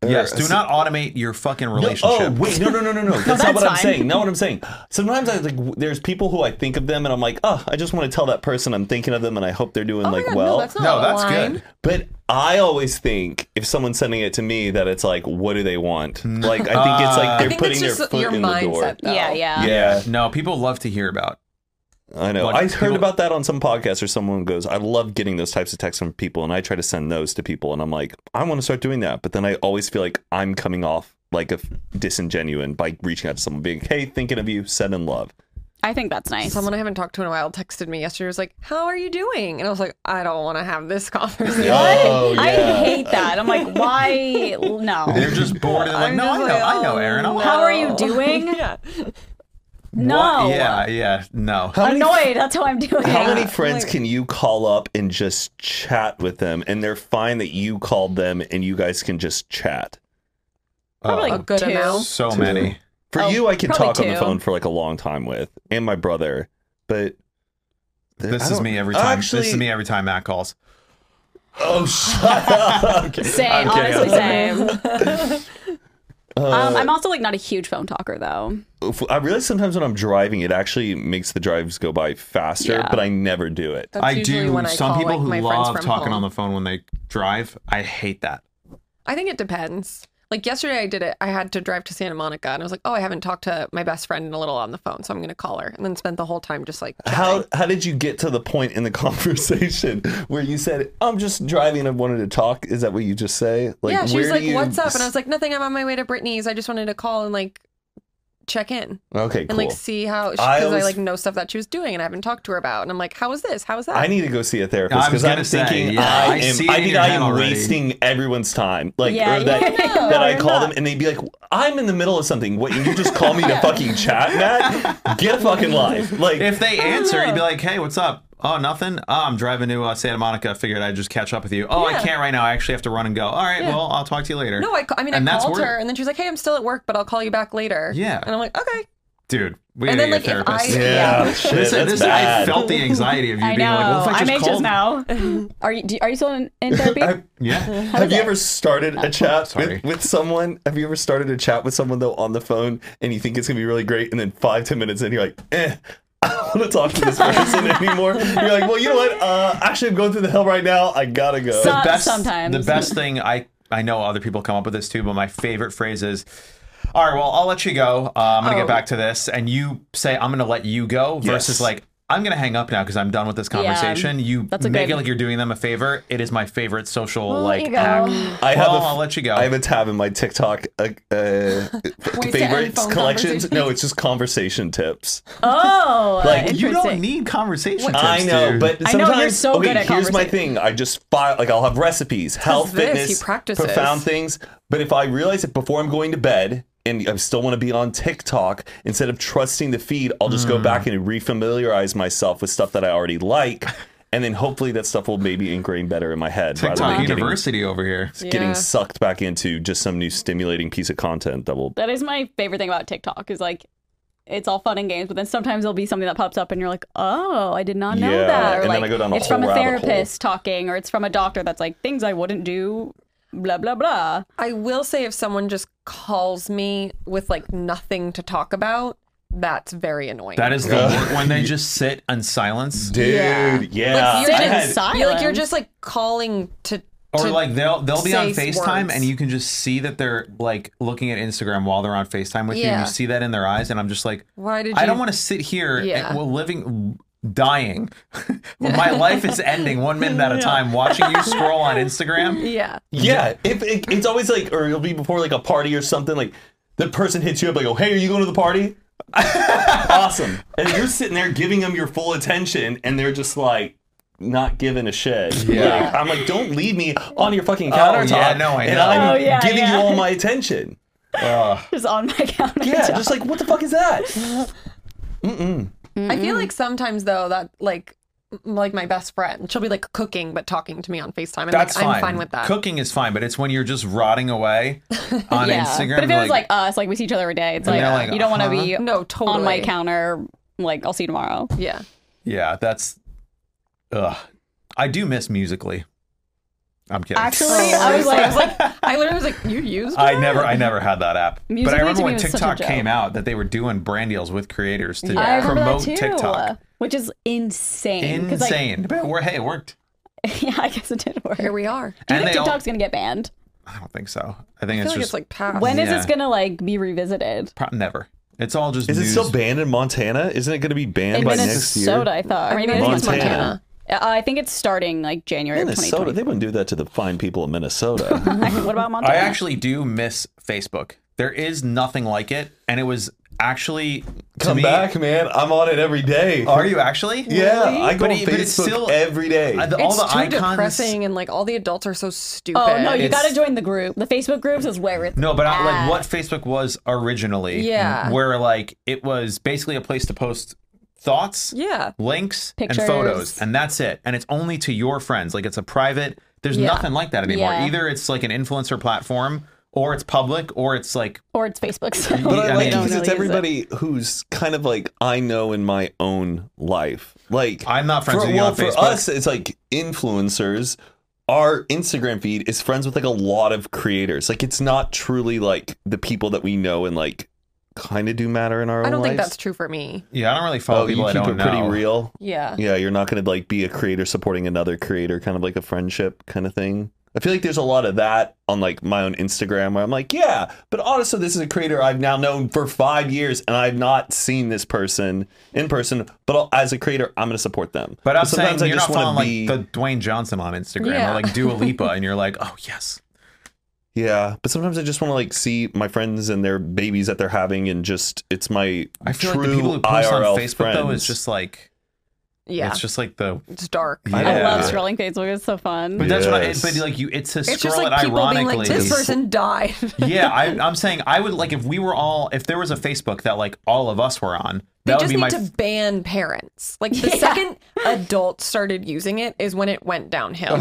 yes or- do not automate your fucking relationship No, oh wait, no, no, no, no, no. That's, not that's what I'm fine. saying. Not what I'm saying. Sometimes I like w- there's people who I think of them and I'm like, oh, I just want to tell that person I'm thinking of them and I hope they're doing oh like my god well. no that's not No, a that's line. good. But I always think if someone's sending it to me that it's like, what do they want? Like I think it's Uh, like I they're i think putting it's their just foot your in the door. mindset though. yeah, yeah. Oh. Yeah, no people love to hear about I know. Like, I heard people- about that on some podcast or someone goes, I love getting those types of texts from people and I try to send those to people and I'm like, I want to start doing that. But then I always feel like I'm coming off like a f- disingenuine by reaching out to someone being, hey, thinking of you, sending love. I think that's nice. Someone I haven't talked to in a while texted me yesterday. Was like, "How are you doing?" And I was like, "I don't want to have this conversation." Oh, I hate that. I'm like, why? No. they're just bored and like I'm no i just know like, i know oh, aaron I'm How are you No. doing? yeah, No. What? yeah yeah no How many- Annoyed. That's how I'm doing. How it. many friends can you call up and just chat with them and they're fine that you called them and you guys can just chat? Probably a like good two. amount. Oh, so many For Oh, you, I could probably talk on the two. phone for like a long time with, and my brother. But this I is don't- me every time this is Actually- me every time matt calls Oh, shut up! Okay. Same. I'm kidding. honestly, same. Uh, Um, I'm also like not a huge phone talker though. if- I realize sometimes when I'm driving, it actually makes the drives go by faster, Yeah. but I never do it. That's I usually do. when I Some call, people like, who my friends love from talking home. on the phone when they drive, I hate that. I think it depends. Like yesterday, I did it. I had to drive to Santa Monica, and I was like, "Oh, I haven't talked to my best friend in a little on the phone, so I'm going to call her." And then spent the whole time just like, How how did you get to the point in the conversation where you said, "I'm just driving. I wanted to talk." Is that what you just say? Like, "Yeah." She where was do like, you- "What's up?" And I was like, "Nothing. I'm on my way to Brittany's. I just wanted to call and like check in "Okay, and cool." like see how because I I, always- like know stuff that she was doing and I haven't talked to her about." And I'm like, "How was this? How was that?" I need to go see a therapist I was because I'm gonna say, thinking yeah. I, I am. see it I in think your I head am already. wasting everyone's time. Like Yeah, or that, yeah, no, that I you're call not. them and they'd be like, "I'm in the middle of something. What you just call me to fucking chat, Matt? Get a fucking life!" Like If Oh, they answer, you'd be like, "Hey, what's up?" Oh, nothing. Oh, I'm driving to uh, Santa Monica. Figured I'd just catch up with you. Oh, I Yeah. can't right now. I actually have to run and go. All right, well, I'll talk to you later. no, I, ca- I mean, And I that's called where- her, and then she was like, "Hey, I'm still at work, but I'll call you back later." Yeah. and I'm like, "Okay." dude, we And need then, a like, if I- therapist. Yeah. yeah, shit, This, that's this- I bad. felt the anxiety of you I being like, "Well, if know. I just I'm anxious called-" now. Are you? Do, are you still in, in therapy? Yeah, Have you ever started Oh, a chat sorry. with, with someone? Have you ever started a chat with someone though on the phone and you think it's gonna be really great and then five, ten minutes in you're like, eh, I don't wanna talk to this person anymore. You're like, well, you know what? Uh actually I'm going through the hell right now. I gotta go. So- Uh, best sometimes. the best thing I I know other people come up with this too, but my favorite phrase is. All right, well, I'll let you go. Uh, I'm gonna Oh. get back to this, and you say I'm gonna let you go versus Yes. like I'm gonna hang up now because I'm done with this conversation. you that's a make good- it like you're doing them a favor. It is my favorite social We'll let like you go. act. I have Well, a f- I'll let you go. I have a tab in my TikTok uh, uh, end favorites phone collections. conversations. No, it's just conversation tips. Oh, Like, you don't interesting. need conversation tips. I know, dude. but I know, you're sometimes so okay, good at here's my conversa- thing. I just file like I'll have recipes, health, this, he fitness, practices. profound things. But if I realize it before I'm going to bed and I still want to be on TikTok, instead of trusting the feed, I'll just Mm. go back and refamiliarize myself with stuff that I already like. And then hopefully that stuff will maybe ingrain better in my head rather TikTok than getting, University over here. getting Yeah. sucked back into just some new stimulating piece of content that will That is my favorite thing about TikTok is like it's all fun and games, but then sometimes there'll be something that pops up and you're like, oh, I did not know Yeah, that. Or and then I like, go down a it's whole from a rabbit hole. therapist talking, or it's from a doctor that's like, things I wouldn't do, blah, blah, blah. I will say if someone just calls me with like nothing to talk about, that's very annoying. That is the Yeah. wor- when they just sit in silence. Dude, yeah. Like, Sit I in had- silence. You're, like you're just like calling to Or to- like they'll they'll be on say FaceTime words. and you can just see that they're like looking at Instagram while they're on FaceTime with you. And Yeah. you see that in their eyes, and I'm just like, Why did I you- don't want to sit here Yeah. and, well, living dying. My life is ending one minute at a time watching you scroll on Instagram. yeah. Yeah, if it, it's always like, or it'll be before like a party or something. Like the person hits you up, like, "Oh, hey, are you going to the party?" awesome. And you're sitting there giving them your full attention, and they're just like not giving a shit. Yeah. Like, I'm like, don't leave me on your fucking Oh, countertop. yeah, no, I And know. I'm Oh, yeah, giving yeah. you all my attention. Just on my counter. Yeah, just like what the fuck is that? I feel like sometimes though that like m- like my best friend, she'll be like cooking but talking to me on FaceTime. And That's like, fine. I'm fine with that. Cooking is fine, but it's when you're just rotting away on Instagram. But if it was like us, like we see each other every day, it's And like, they're like, you don't want to be uh-huh. no, totally on my counter. Like I'll see you tomorrow. Yeah. yeah, that's ugh. I do miss musically. I'm kidding. Actually, I was like, I was like, I literally was like, you used I never, I never had that app. but Musical.ly I remember to me when was such a TikTok joke. came out that they were doing brand deals with creators to I remember that promote too, TikTok. which is insane. 'cause, Like, Insane, but we're, hey, it worked. yeah, I guess it did work. here we are. Do you And think they all- TikTok's gonna get banned? I don't think so. I think I feel it's like just it's like past. When is Yeah. this gonna like be revisited? pro- never. It's all just. Is it news. still banned in Montana? Isn't it going to be banned In by Minnesota, next I thought. Or maybe year? it is Montana. Uh, I think it's starting like January of Minnesota. 2020. They wouldn't do that to the fine people of Minnesota. what about Montana? I actually do miss Facebook. There is nothing like it, and it was actually to Come me- back, man. I'm on it every day. Are you actually? Yeah, I go But on it- Facebook but it's still- every day. Uh, the- all It's the too icons. depressing and like all the adults are so stupid. Oh no, you It's- gotta join the group. The Facebook groups is where it's No, but I, at. like what Facebook was originally. Yeah. Where like it was basically a place to post thoughts. Yeah. links Pictures. and photos and that's it and it's only to your friends like it's a private there's Yeah. nothing like that anymore Yeah. either it's like an influencer platform or it's public or it's like or it's Facebook. So But Yeah, I I like mean- because don't it's really use it. everybody who's kind of like I know in my own life. Like I'm not friends for, with you well, on for Facebook. us, it's like influencers. Our Instagram feed is friends with like a lot of creators. Like it's not truly like the people that we know and like kind of do matter in our I own don't think lives. that's true for me. yeah i don't really follow Oh, you people i keep don't it know pretty real. Yeah. Yeah, you're not going to like be a creator supporting another creator, kind of like a friendship kind of thing. I feel like there's a lot of that on like my own Instagram where I'm like, yeah, but honestly, this is a creator I've now known for five years and I've not seen this person in person, but as a creator, I'm going to support them. but i'm saying sometimes I you're not just wanna following be- like the dwayne johnson on instagram Yeah. or like dua lipa and you're like oh yes yeah, but sometimes I just want to like see my friends and their babies that they're having and just it's my i feel true like the people who post IRL on facebook friends. though is just like Yeah. it's just like the It's dark. Yeah. I love Yeah. scrolling Facebook. It's so fun. but that's what i Yes. but like you it's to It's scroll just like it people ironically being like, this person died. yeah, I, I'm saying I would like if we were all if there was a Facebook that like all of us were on. they That would just be need my. to ban parents. Like the Yeah. second adults started using it is when it went downhill.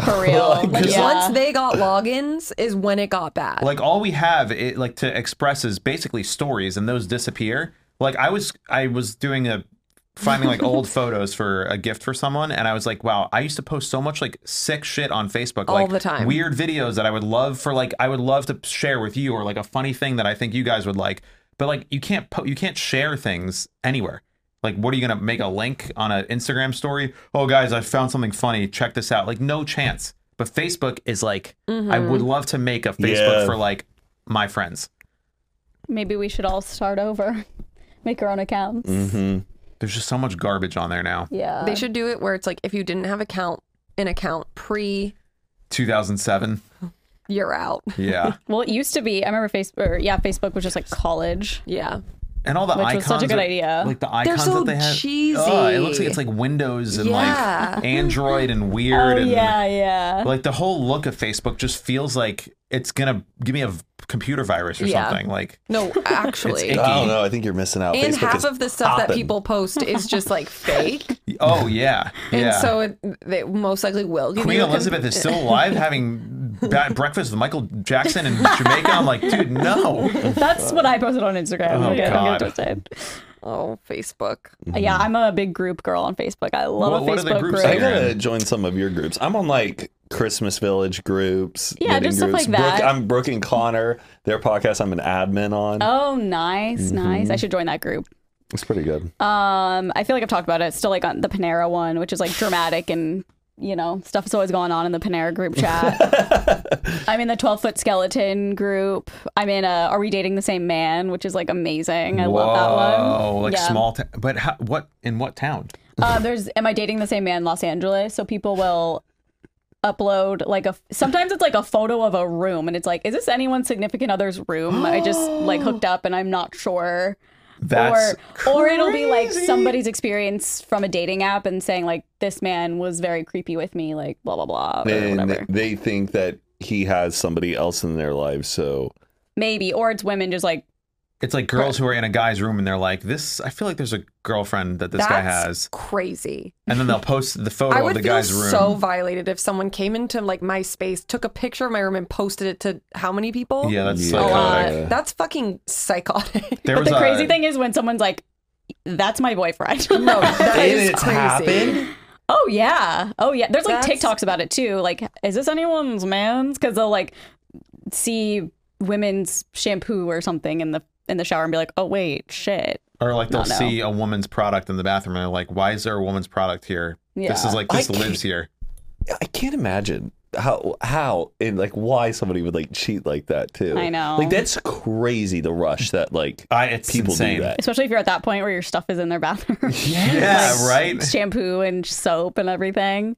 For real. Like yeah. once they got logins is when it got bad. like all we have it, like to express is basically stories, and those disappear. Like I was I was doing a finding like old photos for a gift for someone, and I was like, wow, I used to post so much like sick shit on Facebook, All like the time. weird videos that I would love for like I would love to share with you, or like a funny thing that I think you guys would like. But like you can't po- you can't share things anywhere. Like, what are you gonna make a link on an Instagram story? Oh, guys, I found something funny. Check this out. Like, no chance. But Facebook is like, I would Mm-hmm. love to make a Facebook Yeah. for like my friends. Mm-hmm. Maybe we should all start over, make our own accounts. There's just so much garbage on there now. Yeah. They should do it where it's like if you didn't have account an account pre, 2007. you're out. Yeah. Well, it used to be. I remember Facebook. Or, yeah, Facebook was just like college. Yeah. And all the Which was icons. such a good are- idea. Like the icons so that they have. cheesy. Ugh, it looks like it's like Windows and Yeah. like Android and weird. and Oh, yeah. Like the whole look of Facebook just feels like it's going to give me a v- computer virus or Yeah. something. Like, No, actually. icky. I don't know. I think you're missing out. and Facebook half is of the stuff that poppin'. people post is just like fake. oh, yeah. And yeah. so it, they most likely will give Queen you a com- Elizabeth is still alive having ba- breakfast with Michael Jackson in Jamaica. I'm like, dude, no. That's what I posted on Instagram. Oh, yeah, don't God. Mm-hmm. get it twisted. Oh, Facebook. Yeah, I'm a big group girl on Facebook. I love What- a what are the Facebook group. groups that I you're gotta in. join some of your groups. I'm on like Christmas Village groups, Yeah, knitting just stuff groups. like that. Brooke, I'm Brooke and Connor. Their podcast. I'm an admin on. Oh, Mm-hmm. nice, nice. I should join that group. It's pretty good. Um, I feel like I've talked about it. It's still like on the Panera one, which is like dramatic and you know stuff is always going on in the Panera group chat. I'm in the 12 foot skeleton group. I'm in a Are we dating the same man, which is like amazing. I love that Whoa, one. Like Yeah. small, town. but how, what in what town? Uh, there's Am I dating the same man, Los Angeles? So people will upload like a sometimes it's like a photo of a room and it's like is this anyone's significant other's room i just like hooked up and i'm not sure That's or or it'll be like crazy. somebody's experience from a dating app and saying like this man was very creepy with me, like blah blah blah or And whatever. they think that he has somebody else in their life. So Maybe or it's women just like It's like girls who are in a guy's room and they're like, "This, I feel like there's a girlfriend that this That's guy has," crazy. and then they'll post the I photo of would the feel guy's room. so violated if someone came into like my space, took a picture of my room, and posted it to how many people? yeah, that's Yeah. a lot. psychotic. Yeah. That's fucking psychotic. There but the a- crazy thing is when someone's like that's my boyfriend. No, that Did is it crazy. happen? oh yeah. Oh yeah. There's like That's- TikToks about it too. Like is this anyone's man's cuz they'll like see women's shampoo or something in the in the shower and be like, "Oh wait, shit." or like they'll No, no. see a woman's product in the bathroom and they're like, "Why is there a woman's product here? This Yeah. is like I this can't- lives here." I can't imagine how how and like why somebody would like cheat like that too. I know. Like that's crazy. The rush that like I, it's people insane. do that. Especially if you're at that point where your stuff is in their bathroom. Yeah, right. shampoo and soap and everything.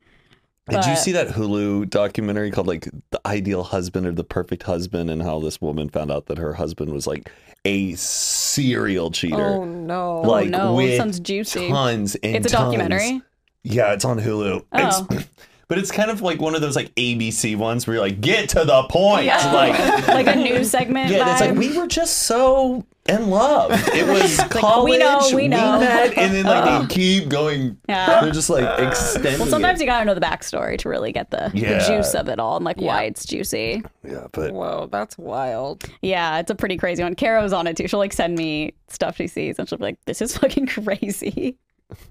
Did you but- see that Hulu documentary called like The Ideal Husband or The Perfect Husband and how this woman found out that her husband was like a serial Oh cheater? no. like no, with sounds juicy. Tons and It's a tons. documentary. Oh. Yeah, it's on Hulu. It's- but it's kind of like one of those like ABC ones where you're like, get to the point. Like like a news segment. Yeah, it's vibe. like we were just so in love. It was college. we know, we know. met, and then like they keep going. Yeah. They're just like extending. well, sometimes it. you gotta know the backstory to really get the, Yeah. the juice of it all and like why Yeah. it's juicy. yeah, but Whoa, that's wild. Yeah, it's a pretty crazy one. Caro's on it too. She'll like send me stuff she sees, and she'll be like, "This is fucking crazy."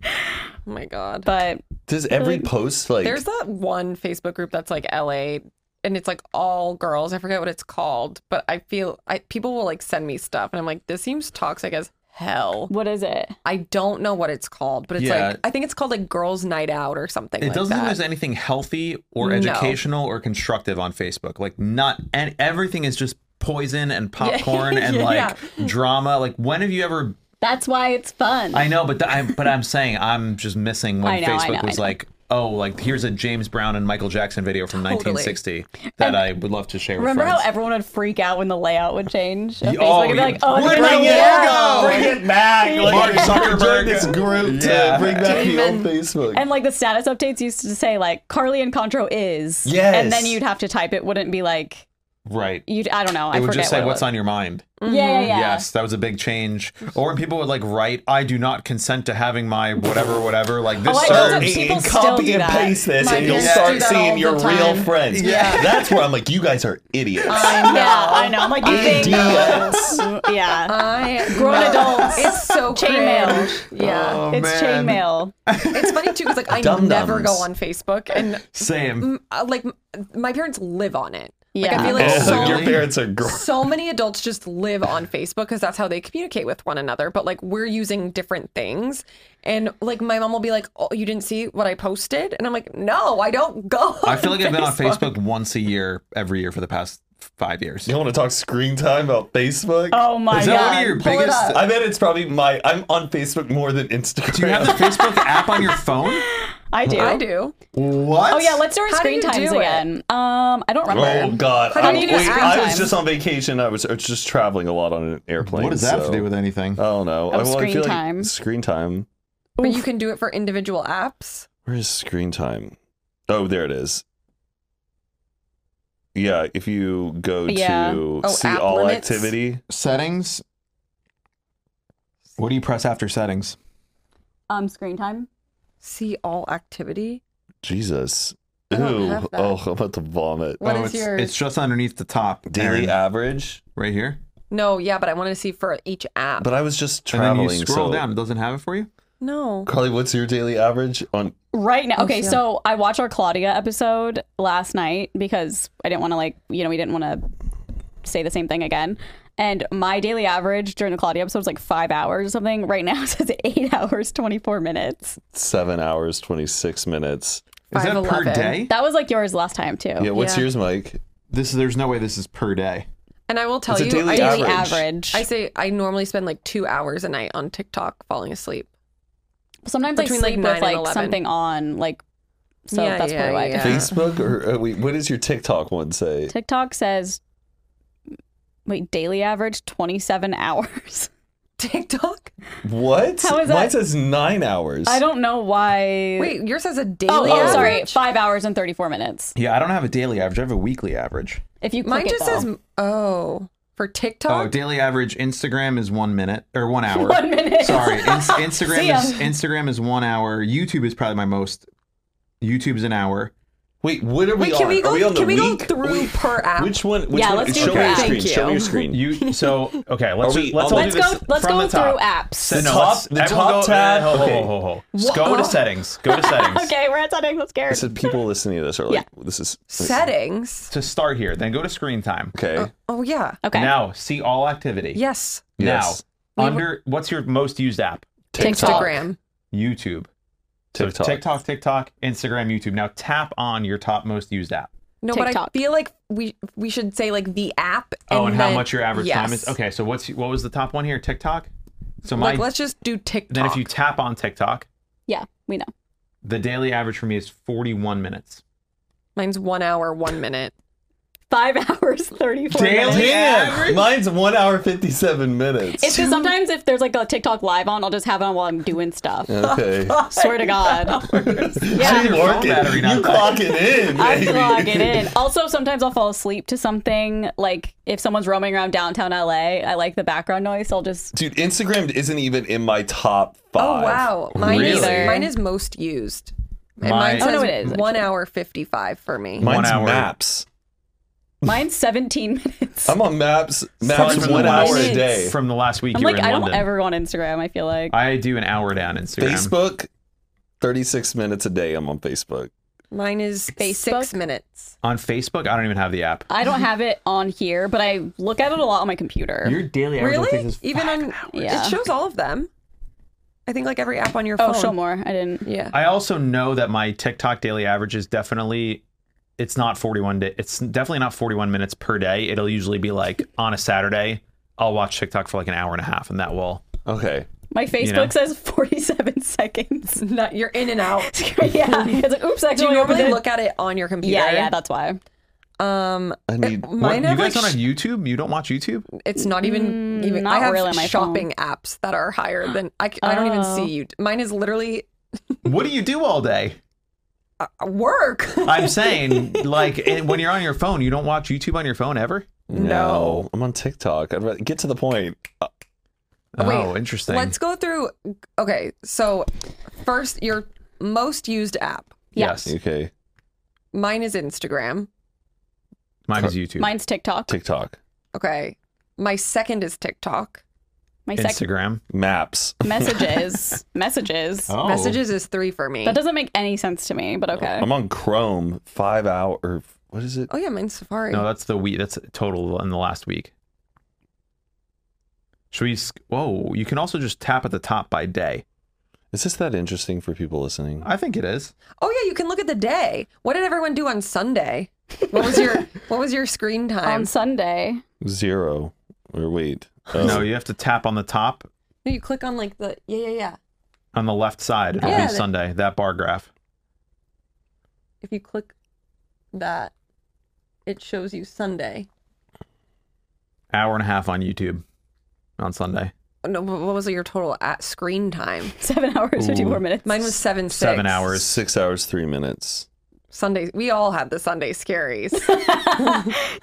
Oh my god. But does every post like There's that one Facebook group that's like LA and it's like all girls. I forget what it's called, but I feel I people will like send me stuff and I'm like, this seems toxic as hell. what is it? I don't know what it's called, but it's Yeah. like I think it's called like girls night out or something It like doesn't that. think there's anything healthy or No. educational or constructive on Facebook. Like not and everything is just poison and popcorn and Yeah. like drama. Like when have you ever That's why it's fun. I know, but th- I but I'm saying I'm just missing I when know, I Facebook know, was I know. like, oh, like here's a James Brown and Michael Jackson video from 1960 that I would love to share Remember with friends. how everyone would freak out when the layout would change? of Yeah, Facebook oh, and be yeah. like, "Oh, it's Bring gonna it work." back. Bring it back. Like, Mark Zuckerberg Zuckerberg. this group to Yeah. bring back the old Amen. Facebook. And like the status updates used to say like Carly and Contro is. Yes. And then you'd have to type it. Wouldn't be like right. you. would I don't know. I It would forget just say what what's it on your mind. was. Yeah, yeah, yeah. Yes, that was a big change. Or when people would like write, I do not consent to having my whatever, whatever. Like this Oh, I know those serves. And people still copy do and that. paste this, My and you'll parents start do that all seeing the your real time. friends. Yeah. that's where I'm like, you guys are idiots. Uh, I know. Yeah, I know. I'm like, you think? idiots. Yeah. I Grown know. adults. It's so Chainmail. cringe. Yeah. Oh, it's man. chainmail. It's funny too because like I Dum-dums. never go on Facebook and Same. mm, uh, like m- my parents live on it. Like Yeah. I feel like Oh, so your parents are gross. so many adults just live on Facebook because that's how they communicate with one another. But like we're using different things, and like my mom will be like, "Oh, you didn't see what I posted," and I'm like, "No, I don't go." I feel like I've been on Facebook once a year, every year for the past five years. You want to talk screen time about Facebook? Oh my Is that god. one of your Pull it biggest? up. I bet it's probably my. I'm on Facebook more than Instagram. Do you have the Facebook app on your phone? I do. I do. What? Oh yeah, let's do our How do screen you times do it? again. Um, I don't Oh remember. God! How do I, you do wait, screen I was time? just on vacation. I was I was just traveling a lot on an airplane. What does that have so- Uh, to do with anything? I don't know. Oh, I- I screen feel time. Like screen time. But you can do it for individual apps. Where is screen time? Oh, there it is. Yeah, if you go Yeah. to Oh, see app all limits? activity, settings. What do you press after settings? Um, screen time. See all activity. Jesus. I Ew. don't have that. Oh, I'm about to vomit. What oh, is it's, your it's just underneath the top. Daily Aaron, average. right here. No, yeah, but I want to see for each app. But I was just And then traveling. you scroll so- down. It doesn't have it for you. no. Carly, what's your daily average on? Right now. Oh, Okay, yeah. so I watched our Claudia episode last night because I didn't want to like, you know, we didn't want to say the same thing again. And my daily average during the Claudia episode was like five hours or something. Right now it says eight hours, 24 minutes. seven hours, 26 minutes. Is that per 511. day? That was like yours last time too. Yeah, what's Oh, Yeah. yours, Mike? This there's no way this is per day. And I will tell It's a you, daily I, Daily average. average. I say I normally spend like two hours a night on TikTok falling asleep. Sometimes between, I like, sleep nine with and like 11. something on, like, so Yeah, that's yeah, probably why. I yeah. did- Facebook or uh, wait, what does your TikTok one say? TikTok says, wait, daily average 27 hours. TikTok? What? How Mine is that- says nine hours. I don't know why. Wait, yours has a daily. Oh, oh, sorry. average? Five hours and 34 minutes. Yeah, I don't have a daily average. I have a weekly average. If you click Mine it, just though. says oh for TikTok. Oh, daily average. Instagram is one minute or one hour. one minute. Sorry, In- See ya. Instagram is Instagram is one hour. YouTube is probably my most. YouTube's an hour. Wait, what are we Wait, on? can we are go? we on the can we go week? through Wait, per app? Which one? Which Yeah, one? let's do show per me your app. screen. Thank Show me you. your screen. You so okay. Let's Are we let's, on the- all let's do this go. Let's from go the through top. apps. The no, top- let's- the everyone top go, eh, tab- Ho, okay. ho, ho, ho. Go to settings. Go to settings. okay, we're at settings. Let's I scared. said people listening to this are like, this is settings? To start here, then go to screen time. okay. Oh yeah. Okay. Now see all activity. Yes. Now Yes. under what's your most used app? TikTok. Instagram. YouTube. TikTok. So TikTok, TikTok, Instagram, YouTube. Now tap on your top most used app. No, TikTok. but I feel like we we should say like the app. Oh, and, how then- much your average time Yes. is. Okay, so what's what was the top one here? TikTok. So my Like let's just do TikTok. then if you tap on TikTok, Yeah, we know. the daily average for me is 41 minutes. mine's one hour, one minute. Five hours, 34 Daily? minutes. Damn, average? mine's one hour fifty-seven minutes. It's just sometimes if there's like a TikTok live on, I'll just have it on while I'm doing stuff. okay. Swear to God. She's yeah. Your phone working. battery not You bad. clocking in, I baby. vlog it in. Also, sometimes I'll fall asleep to something. Like if someone's roaming around downtown LA, I like the background noise, so I'll just Dude, Instagram isn't even in my top Oh five. wow, mine is Really? mine is most used. And Mine- mine Oh, says no, it is, one hour fifty five for me. My- Mine's One hour. Maps. mine's 17 Oh, minutes. I'm, I'm on Maps. Maps From one the hour last- a day. From the last week you like, were in I don't London. ever go on Instagram, I feel like. I do an hour down Instagram. Facebook, 36 minutes a day. I'm on Facebook. Mine is six Facebook? minutes. On Facebook, I don't even have the app. I don't have it on here, but I look at it a lot on my computer. Your daily average on Really? Facebook is Even on Yeah. it shows all of them. I think like every app on your oh, phone. show more. I didn't. Yeah. I also know that my TikTok daily average is definitely it's not 41 day it's definitely not 41 minutes per day. It'll usually be like on a Saturday, I'll watch TikTok for like an hour and a half and that will Okay. My Facebook know? says 47 seconds. Not, you're in and out. yeah. It's like, oops, I Do you totally normally overdid- look at it on your computer? Yeah, yeah, that's why. Um, I need. What, mine you have guys like don't sh- have YouTube? You don't watch YouTube? it's not even even. Mm, not I have really my shopping apps that are higher than I. c- I don't even Oh. see you. Mine is literally What do you do all day? uh, work. I'm saying like and when you're on your phone, you don't watch YouTube on your phone ever? No. I'm on TikTok. I'd rather, get to the point. Wait, oh, interesting. Let's go through. Okay, so first, your most used app. yes. Okay. Mine is Instagram. Mine is YouTube. Mine's TikTok. TikTok, Okay, my second is TikTok. My second Instagram. Maps. messages. messages. Oh. Messages is three for me. That doesn't make any sense to me, but okay. I'm on Chrome. Five hour. Or what is it? oh yeah, mine's Safari. No, that's the week. That's total in the last week. Should we? sc- Whoa! You can also just tap at the top by day. Is this that interesting for people listening? I think it is. Oh yeah, you can look at the day. What did everyone do on Sunday? What was your what was your screen time? on Sunday. Zero. Or wait. Oh. No, you have to tap on the top No, you click on like the yeah yeah yeah. on the left side. It'll Yeah, be that- Sunday. That bar graph. If you click that, it shows you Sunday. Hour and a half on YouTube on Sunday. Oh, No, wh- what was your total at screen time? Seven hours, 54 minutes. Mine was seven six. Seven Or hours. six hours, three minutes. Sunday. We all had the Sunday scaries.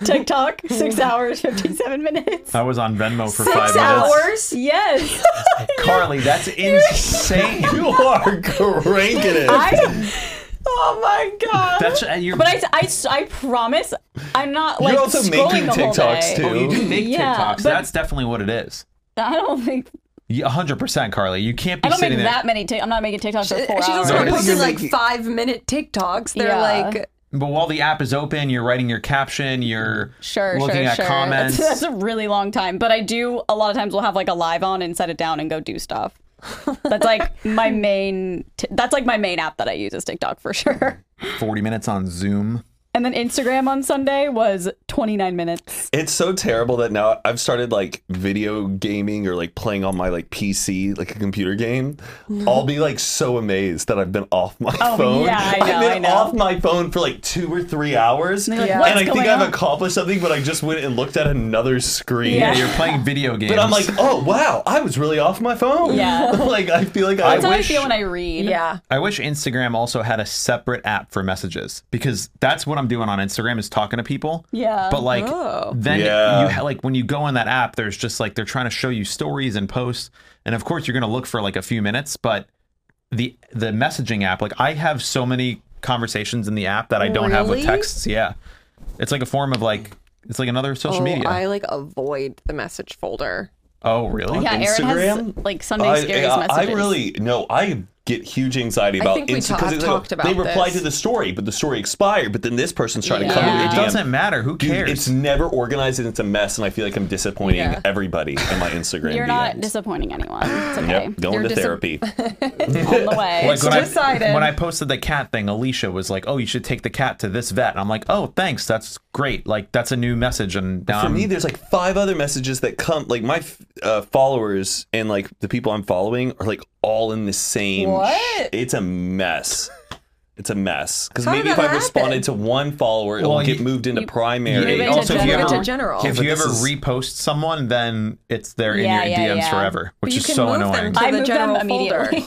TikTok, six hours, 57 minutes. I was on Venmo for five minutes. hours. Yes. Carly, that's insane. You are cranking it. I, oh my God. That's uh, you're, but I, I, I promise I'm not like You're also scrolling making the whole TikToks day. too. oh, you do make Yeah, TikToks. but- That's definitely what it is. I don't think Yeah, 100%, Carly. You can't be I don't make sitting there. that many. T- I'm not making TikToks for She's four hours. also No, it's- posting you're like making- five minute TikToks. They're Yeah. like But while the app is open, you're writing your caption, you're Sure, looking sure, at sure. comments. That's, that's a really long time. But I do a lot of times. We'll have like a live on and set it down and go do stuff. That's like my main. T- that's like my main app that I use is TikTok for sure. 40 minutes on Zoom. And then Instagram on Sunday was 29 minutes. It's so terrible that now I've started like video gaming or like playing on my like PC, like a computer game. I'll be like so amazed that I've been off my Mm-hmm. Oh, phone. yeah, I know, have been I know. off my phone for like two or three hours. And they're like, And "What's I think going I've on?" accomplished something, but I just went and looked at another screen. Yeah, Yeah. you're playing video games. But I'm like, oh wow, I was really off my phone. Yeah. like I feel like I I That's how I wish- feel when I read. yeah. I wish Instagram also had a separate app for messages because that's what I'm doing on Instagram is talking to people. Yeah. But like Oh. then Yeah. you ha- like when you go in that app, there's just like they're trying to show you stories and posts, and of course you're gonna look for like a few minutes, but the the messaging app, like I have so many conversations in the app that I don't have with Really? texts. Yeah, it's like a form of like it's like another social Oh, media. I like avoid the message folder. oh really? Yeah, Aaron Instagram? Uh, has like Sunday I, uh, scaries I- I messages. really no, I get huge anxiety about think we Insta- ta- 'cause I've they go, talked about They reply this. to the story, but the story expired. But then this person's trying to come Yeah. in Oh, It the DM. doesn't matter. Who Dude, cares? it's never organized and it's a mess, and I feel like I'm disappointing Yeah. everybody in my Instagram. You're not DMs. disappointing anyone. It's okay. Yep, going You're to dis- therapy. On the way. like when I, decided. when I posted the cat thing, Alicia was like, "Oh, you should take the cat to this vet." And I'm like, "Oh, thanks. That's great. Like that's a new message." And now For Um, I'm- me, there's like five other messages that come. Like my f- uh, followers and like the people I'm following are like all in the same. What? It's a mess. It's a mess. Because How maybe did if I that happen? responded to one follower, it'll Well, get you- moved into you- primary. Moving also, to if you general. ever, To general. if but you this ever is- repost someone, then it's there Yeah, in your yeah, DMs yeah. forever, But which you is can so move them annoying. to- I the moved them general immediately.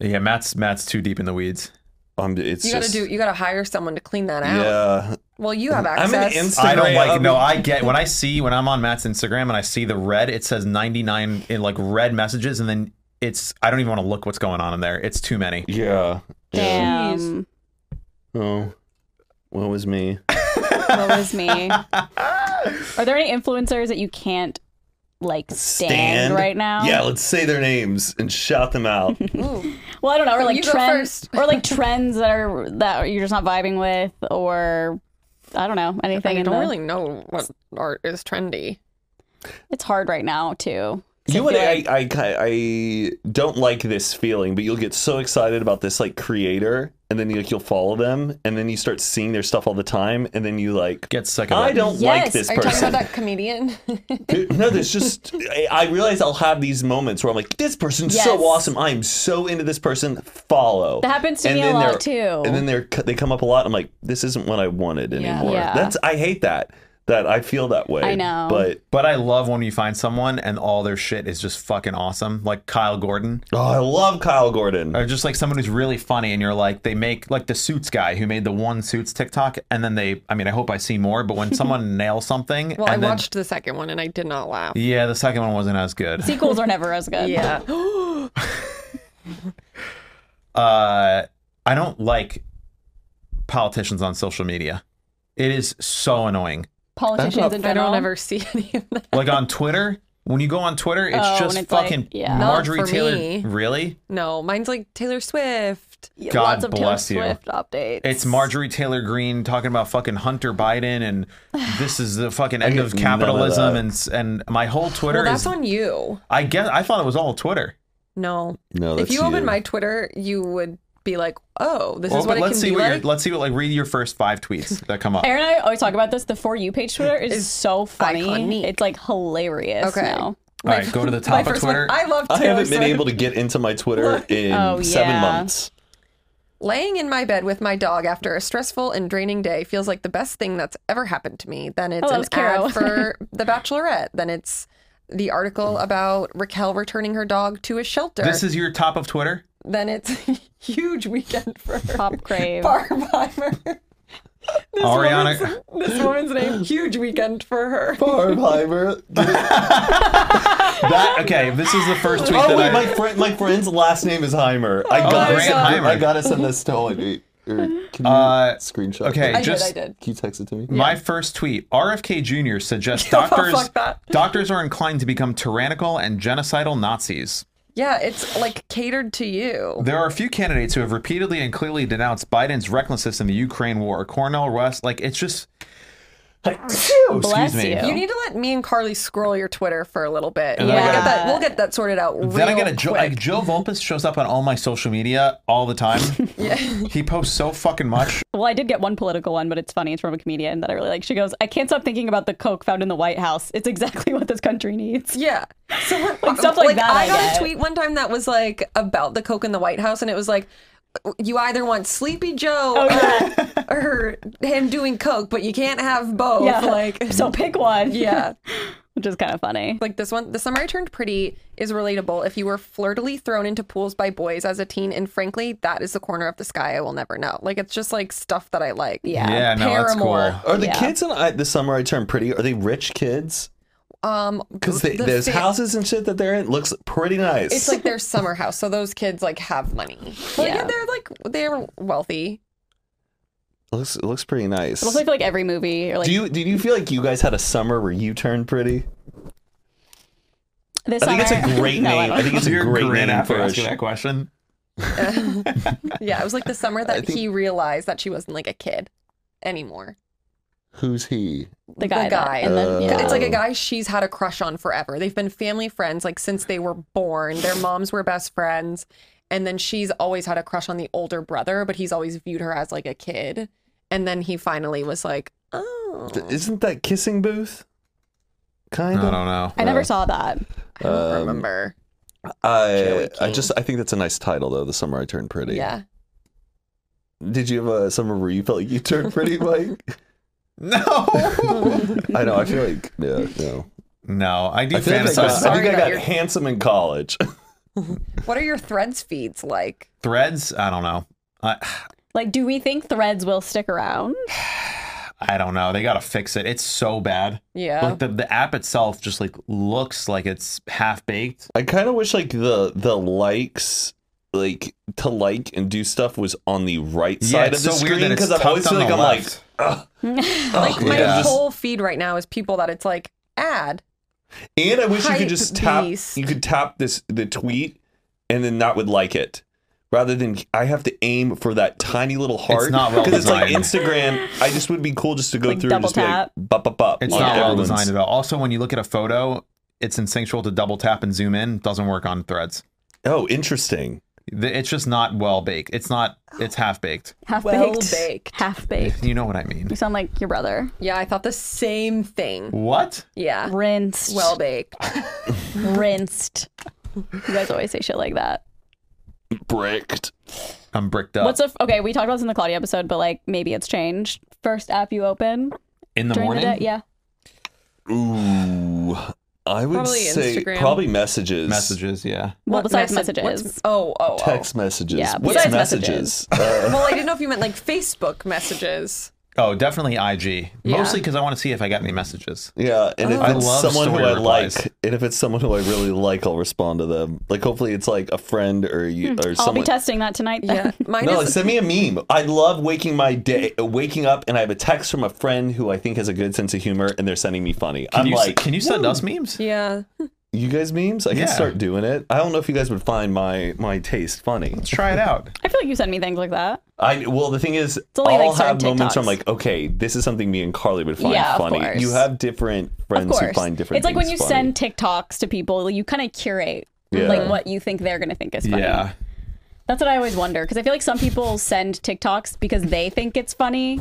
Yeah, Matt's Matt's too deep in the weeds. Um, it's You gotta just, do. You gotta hire someone to clean that out. Yeah. Well, you have I'm an access. ins- I don't Instagram, like. I'll No, be- I get when I see when I'm on Matt's Instagram and I see the red. It says 99 in like red messages, and then it's I don't even want to look what's going on in there. It's too many. Yeah. Damn. Oh, what was me? Woe is me. Are there any influencers that you can't like stand, right now? Yeah, let's say their names and shout them out. Ooh. Well, I don't know, or like You go trends, first. or like trends that are that you're just not vibing with, or I don't know anything. I in don't the- really know what art is trendy. It's hard right now too. 'Cause You I would, feel I, like- I, I don't like this feeling, but you'll get so excited about this like creator, and then you, like you'll follow them, and then you start seeing their stuff all the time, and then you like, Get sick of it. I don't like Yes, this Are you talking about person. that comedian? Dude, no, there's just I, I realize I'll have these moments where I'm like, this person's Yes. so awesome, I am so into this person. Follow. That happens to and me a then lot, they're- too. And then they're they come up a lot. I'm like, this isn't what I wanted anymore. Yeah. That's I hate that. That I feel that way. I know. but But I love when you find someone and all their shit is just fucking awesome. Like Kyle Gordon, oh, I love Kyle Gordon. or just like someone who's really funny, and you're like, they make like the suits guy who made the one suits TikTok, and then they, I mean, I hope I see more. But when someone nails something, Well, I and then, watched the second one and I did not laugh. Yeah, the second one wasn't as good. sequels are never as good. Uh, I don't like politicians on social media. It is so annoying. politicians in I general. don't ever see any of that. Like on Twitter, when you go on Twitter, it's Oh, just and it's like, fucking yeah. Not Marjorie for Taylor. me. Really? No, mine's like Taylor Swift. Yeah, God Lots of Taylor bless you. Swift updates. It's Marjorie Taylor Greene talking about fucking Hunter Biden and this is the fucking end get of none of capitalism that. and s- and my whole Twitter Well, that's is on you. I guess I thought it was all Twitter. No. No, that's if you open my Twitter, you would be like, "Oh, this Well, is what but it let's can see be what your like." let's see what like read your first five tweets that come up. Aaron and I always talk about this. The For You page Twitter is so funny. iconic. It's like hilarious Okay. now. All right, go to the top of first one, Twitter. I love. I Taylor haven't been Swift. able to get into my Twitter in Oh, seven yeah. months. Laying in my bed with my dog after a stressful and draining day feels like the best thing that's ever happened to me. Then it's Oh, that an was Caro. ad for The Bachelorette. Then it's the article about Raquel returning her dog to a shelter. This is your top of Twitter. then it's a huge weekend for her. Pop crave. Barb Heimer. This Ariana- woman's- this woman's name. Huge weekend for her. Barbenheimer. That okay. This is the first tweet Oh that wait, I. my friend, my friend's last name is Heimer. I gotta, Grant send, Heimer. I gotta send this to Holly. Or can you Uh, screenshot? okay, it? I just did. I did. can you text it to me? My first tweet: RFK Jr. suggests Oh, Fuck doctors that. doctors are inclined to become tyrannical and genocidal Nazis. Yeah, it's like catered to you. There are a few candidates who have repeatedly and clearly denounced Biden's recklessness in the Ukraine war. Cornell West, like it's just. Oh, Bless excuse me. you. You need to let me and Carly scroll your Twitter for a little bit. And we'll, then I get gotta- that, we'll get that sorted out. Then I real get a Joe, quick. like Joe Volpus shows up on all my social media all the time. He posts so fucking much. Well, I did get one political one, but it's funny. It's from a comedian that I really like. She goes, I can't stop thinking about the Coke found in the White House. It's exactly what this country needs. Yeah. So we're- stuff like that I I got get. a tweet one time that was like about the Coke in the White House, and it was like, you either want Sleepy Joe Oh, or, or him doing Coke, but you can't have both. Yeah. Like, so pick one. yeah. Which is kind of funny. Like this one, the summer I turned pretty is relatable. If you were flirtily thrown into pools by boys as a teen, and frankly, that is the corner of the sky I will never know. Like it's just like stuff that I like. Yeah. Yeah, no, that's Paramore. cool. Are the Yeah. kids in I, this summer I turned pretty? Are they rich kids? Um, Because the there's fa- houses and shit that they're in. Looks pretty nice. It's like their summer house, so those kids like have money. But yeah, Yeah. they're like they're wealthy. looks it looks pretty nice. But also, I feel like every movie or like do you do you feel like you guys had a summer where you turned pretty? this I think it's summer- a great No, I name. don't. I think it's a Your great grin name after for a asking that question. Yeah, it was like the summer that he realized that she wasn't like a kid anymore. Who's he? the guy. that- the guy. and then, Uh, yeah. It's like a guy she's had a crush on forever. They've been family friends like since they were born. Their moms were best friends. And then she's always had a crush on the older brother, but he's always viewed her as like a kid. And then he finally was like, oh. Th- Isn't that kissing booth? I Kind don't of. know. I uh, never saw that. I don't Um, remember. Joey I I King. just I think that's a nice title though. The summer I turned pretty. Yeah. Did you have a summer where you felt like you turned pretty, Mike? No, I know. I feel like yeah. No. no, I do I feel like I fantasize. got, I Sorry think I about got your- handsome in college. What are your threads feeds like? Threads, I don't know. I, Like, do we think threads will stick around? I don't know. They gotta fix it. It's so bad. Yeah. Like the, the app itself just like looks like it's half baked. I kind of wish like the the likes like to like and do stuff was on the right Yeah, side it's of the so weird screen that it's because I always tucked feel like on the I'm left. like, ugh, like ugh, my yeah. whole feed right now is people that it's like ad. and I wish you could hype just tap beast. you could tap this the tweet and then not would like it. Rather than I have to aim for that tiny little heart not well it's like designed. Instagram. I just would be cool just to go Like through and double just be like, tap. bup bup bup. It's on not well everyone's. designed at all. Also, when you look at a photo, it's instinctual to double tap and zoom in. Doesn't work on threads. Oh, interesting. The- It's just not well baked. It's not. It's half baked. Half Well baked. baked. Half baked. You know what I mean? You sound like your brother. Yeah, I thought the same thing. What? Yeah. Rinsed. Uh, Well baked. rinsed. You guys always say shit like that. Bricked. I'm bricked Uh, up What's a f- okay? We talked about this in the Claudia episode, but like maybe it's changed. First app you open in the during morning. the day, yeah. Ooh, I would Probably say Instagram. probably messages. Messages, yeah. Well, What besides message- what's- messages, Oh, oh, oh. Text messages. Yeah, What's besides messages? Uh, Well, I didn't know if you meant like Facebook messages. Oh, definitely IG. Yeah. Mostly because I want to see if I got any messages. yeah, and if I it's love someone who story I replies. like, and if it's someone who I really like, I'll respond to them. Like hopefully it's like a friend or you or Hmm. I'll be someone. testing that tonight. Then. Yeah, mine No, like is. send me a meme. I love waking my day, waking up, and I have a text from a friend who I think has a good sense of humor, and they're sending me funny. Can I'm you, like, can you send us memes? Yeah, you guys memes? I Yeah. can start doing it. I don't know if you guys would find my my taste funny. Let's try it out. I feel like you send me things like that. I well, the thing is, only, like, I'll have certain moments where I'm TikToks. like, okay, this is something me and Carly would find Yeah, of funny. course. You have different Of friends course, who find different. it's like when things you funny. send TikToks to people, you kind of curate Yeah. like what you think they're gonna think is funny. Yeah. That's what I always wonder because I feel like some people send TikToks because they think it's funny,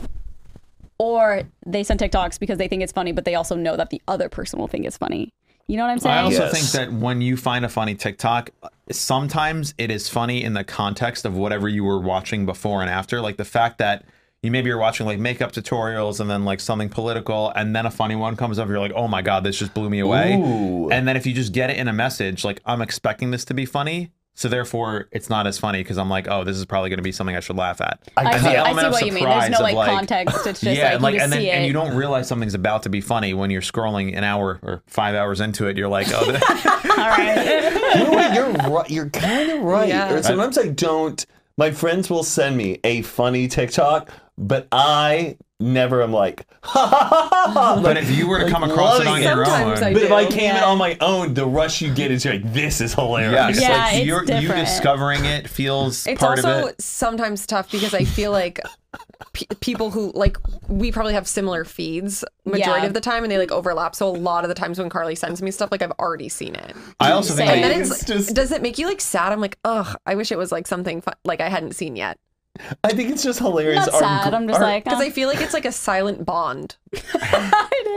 or they send TikToks because they think it's funny, but they also know that the other person will think it's funny. You know what I'm saying? I also Yes. think that when you find a funny TikTok, sometimes it is funny in the context of whatever you were watching before and after. Like the fact that you maybe you're watching like makeup tutorials and then like something political, and then a funny one comes up, you're like, oh my God, this just blew me away. Ooh. And then if you just get it in a message, like, I'm expecting this to be funny. So therefore, it's not as funny because I'm like, oh, this is probably going to be something I should laugh at. I kinda- see, I element see of what you mean. There's surprise no of, like, like- context. It's just yeah, like, you just and then see it. and you don't realize something's about to be funny when you're scrolling an hour or five hours into it. You're like, oh, the- All right. You know what? You're right. You're kind of right. Yeah. Or sometimes I don't. My friends will send me a funny TikTok, but I never am like, ha ha ha ha. ha. but Like, if you were to like come across it loving on it. your own, Sometimes I but if I came in Yeah. on my own, the rush you get is you're like, this is hilarious. yes, Yeah, like it's you're, you different. discovering it feels It's part also of it. sometimes tough because I feel like pe- people who like we probably have similar feeds majority Yeah. of the time and they like overlap. So a lot of the times when Carly sends me stuff, like I've already seen it. I also think Same. And I, then it's, It's just- does it make you like sad? I'm like, ugh, I wish it was like something fun, like I hadn't seen yet I think it's just hilarious. Not Our sad. gr- I'm just our- like, because oh. I feel like it's like a silent bond.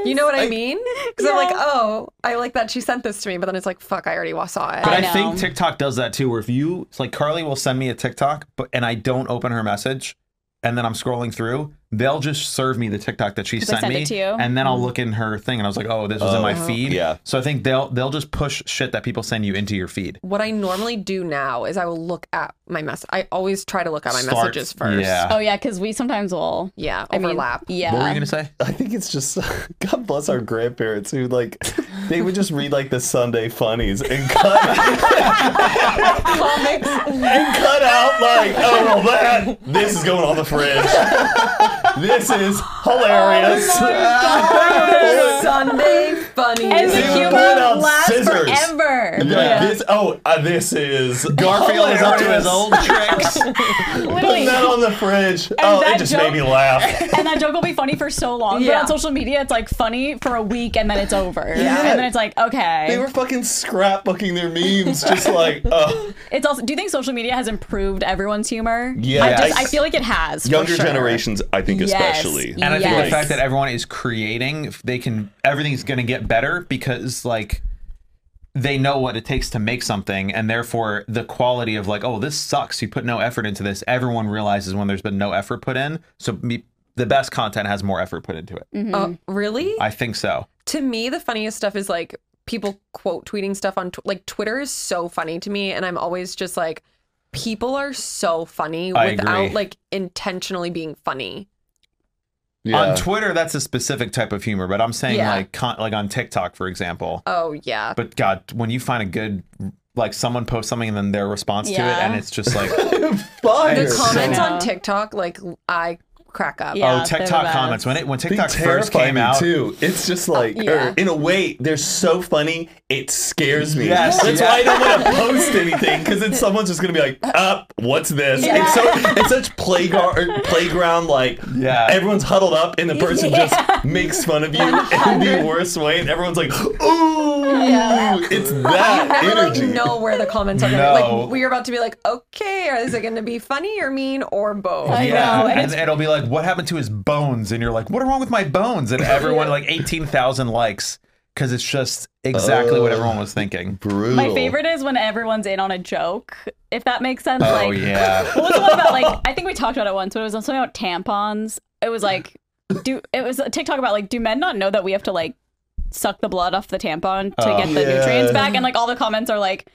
You know what I mean? Because I'm Yeah. like, oh, I like that she sent this to me, but then it's like, fuck, I already wa- saw it. but I, I think know. TikTok does that too. Where if you it's like Carly will send me a TikTok, but and I don't open her message, and then I'm scrolling through, they'll just serve me the TikTok that she I sent sent me, it to you. Mm-hmm. and then I'll look in her thing, and I was like, oh, this was in my feed. yeah. So I think they'll they'll just push shit that people send you into your feed. what I normally do now is I will look at my mess. I always try to look at my Start- messages first. Yeah. Oh yeah, because we sometimes will. Yeah, I mean, overlap. yeah. What were you gonna say? I think it's just God bless our grandparents who like they would just read like the Sunday funnies and cut and cut out like oh well that this is going on the fridge. This is hilarious. Oh Sunday funny. Oh, And the Dude, humor put out lasts scissors. forever. Yeah, This oh uh, this is Garfield is up to his hilarious. old tricks. Putting Literally. that on the fridge. oh, that it just joke- made me laugh. And that joke will be funny for so long, but Yeah. on social media, it's like funny for a week and then it's over. And then it's like okay. They were fucking scrapbooking their memes, just like oh. It's also. Do you think social media has improved everyone's humor? Yeah. I, just, I- I feel like it has. for younger sure. generations, I think, Yes. especially. Yeah. And I think Yes. the fact that everyone is creating, they can everything's going to get better because like they know what it takes to make something, and therefore the quality of like, oh, this sucks. You put no effort into this. Everyone realizes when there's been no effort put in. So me, the best content has more effort put into it. Uh, Mm-hmm. really? I think so. to me, the funniest stuff is like people quote tweeting stuff on tw- like Twitter is so funny to me, and I'm always just like, people are so funny I without agree. like intentionally being funny. On Twitter, that's a specific type of humor, but I'm saying Yeah. like con- like on TikTok, for example. Oh yeah, But God, when you find a good like someone posts something and then their response to it, Yeah. and it's just like. oh, Fire. the comments so- on TikTok, like I crack up. Yeah. oh, they're the TikTok best. comments when it when They TikTok first terrify came me, out. too. It's just like, yeah. or in a way, they're so funny it scares me. Yes, that's yeah. why I don't want to post anything because then someone's just gonna be like, "Up, what's this?" It's so it's such playground playground like. Yeah. Everyone's huddled up and the person just makes fun of you in the worst way, and everyone's like, "Ooh, it's that I like energy." know where the comments are going. Oh, No. Like we are about to be like, okay, are- is it going to be funny or mean or both? I yeah, know, and and, it's- it'll be like, "What happened to his bones?" And you're like, "What wrong with my bones?" And everyone like eighteen thousand likes because it's just exactly what everyone was thinking. Brutal. My favorite is when everyone's in on a joke, if that makes sense. Oh like, yeah, what was the one about? Like, I think we talked about it once, but it was something about tampons. It was like, do it was a TikTok about like, do men not know that we have to like suck the blood off the tampon to Oh. get the Yeah. nutrients back? And like, all the comments are like,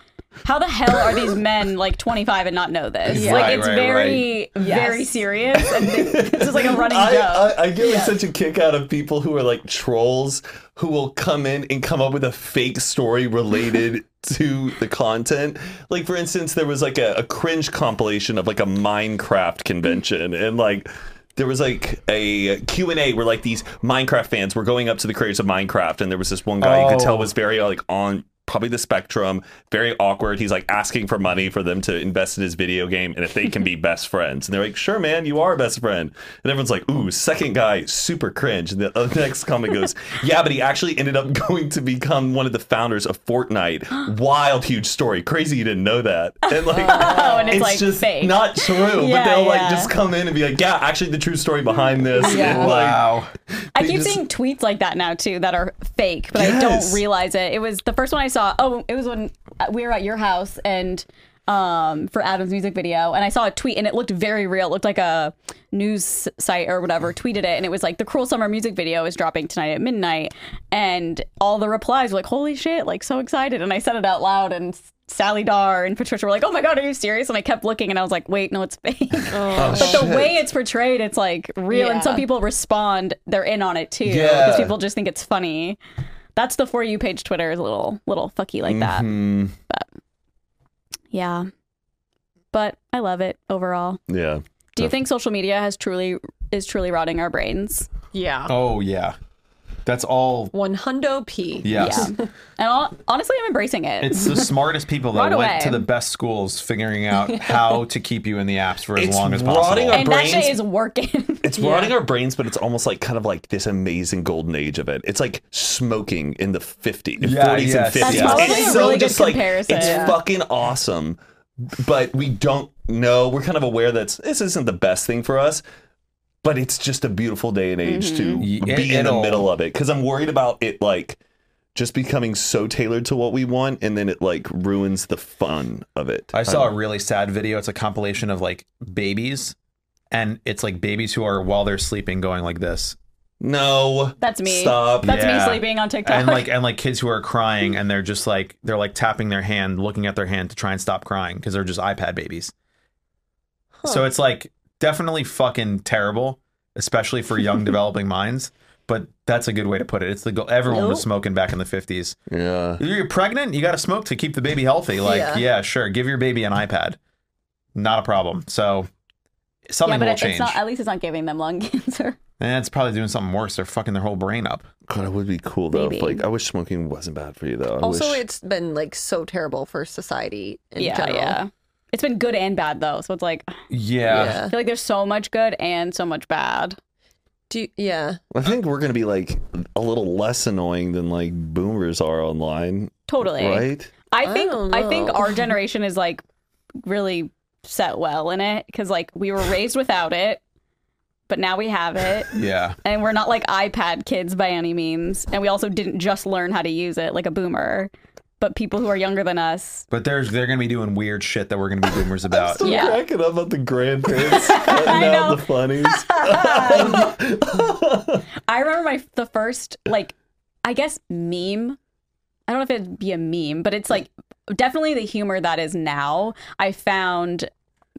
how the hell are these men like 25 and not know this? Yeah. Like, Right, it's right, very, very serious. And they, this is like a running I, joke. I, I get like, such a kick out of people who are like trolls who will come in and come up with a fake story related to the content. Like for instance, there was like a, a cringe compilation of like a Minecraft convention and like there was like a Q&A where like these Minecraft fans were going up to the creators of Minecraft and there was this one guy you could Oh. tell was very like on probably the spectrum, very awkward. He's like asking for money for them to invest in his video game and if they can be best friends. And they're like, sure, man, you are best friend. And everyone's like, ooh, second guy, super cringe. And the uh, next comment goes, yeah, but he actually ended up going to become one of the founders of Fortnite. Wild, huge story. Crazy you didn't know that. And like, Oh, and it's, like just fake. not true. but Yeah, they'll like yeah. just come in and be like, yeah, actually the true story behind this. Yeah. And like, Wow. I they keep just- seeing tweets like that now too that are fake, but I Yes. don't realize it. It was the first one I saw. Oh, it was when we were at your house and um for Adam's music video, and I saw a tweet and it looked very real. It looked like a news site or whatever tweeted it, and it was like the Cruel Summer music video is dropping tonight at midnight, and all the replies were like, "Holy shit!" Like so excited, and I said it out loud and. Sally Dar and Patricia were like, "Oh my god, are you serious?" And I kept looking, and I was like, "Wait, no, it's fake." oh, But the shit. way it's portrayed, it's like real, Yeah. and some people respond. They're in on it too Yeah. because people just think it's funny. That's the for you page. Twitter is a little little fucky like that. Mm-hmm. Mhm. Yeah, but I love it overall. Yeah. Do you think social media has truly is truly rotting our brains? Yeah. Oh yeah. That's all. One hundo P. Yes. Yeah, and all, honestly, I'm embracing it. It's the smartest people that Right went away. to the best schools, figuring out how to keep you in the apps for as It's long as rotting possible. our and that shit brains- is working. It's rotting our brains, but it's almost like kind of like this amazing golden age of it. It's like smoking in the 50s, Yeah, 40s yes. and 50s. That's probably it's a so really good just like, comparison. it's Yeah. fucking awesome, but we don't know. We're kind of aware that this isn't the best thing for us, but it's just a beautiful day and age Mm-hmm. Y- to it- be in the it'll- middle of it. Because I'm worried about it like just becoming so tailored to what we want and then it like ruins the fun of it. I saw a really sad video. It's a compilation of like babies, and it's like babies who are while they're sleeping going like this, No. That's me. Stop. That's me Yeah. sleeping on TikTok. and like and like kids who are crying and they're just like they're like tapping their hand, looking at their hand to try and stop crying because they're just iPad babies. So it's like definitely fucking terrible, especially for young developing minds. But that's a good way to put it. It's the goal. Everyone was Nope. smoking back in the fifties. Yeah. You're pregnant. You got to smoke to keep the baby healthy. Like, yeah. Yeah. sure. Give your baby an iPad. Not a problem. So yeah, something but will it- change. it's not. At least it's not giving them lung cancer. and it's probably doing something worse. They're fucking their whole brain up. God, it would be cool though. If, Maybe. like, I wish smoking wasn't bad for you though. I Also, wish... it's been like so terrible for society in yeah, general. yeah. It's been good and bad though, so it's like Yeah. Yeah. I feel like there's so much good and so much bad. Do you- yeah. I think we're gonna be like a little less annoying than like boomers are online, Totally. right? I I think don't I, think know. our generation is like really set well in it because like we were raised without it, but now we have it, Yeah. and we're not like iPad kids by any means, and we also didn't just learn how to use it like a boomer, but people who are younger than us. But there's they're gonna be doing weird shit that we're gonna be boomers about. Still Yeah. cracking up about the grandparents cutting know. out the funnies. I remember my the first like I guess meme. I don't know if it'd be a meme, but it's like definitely the humor that is now. I found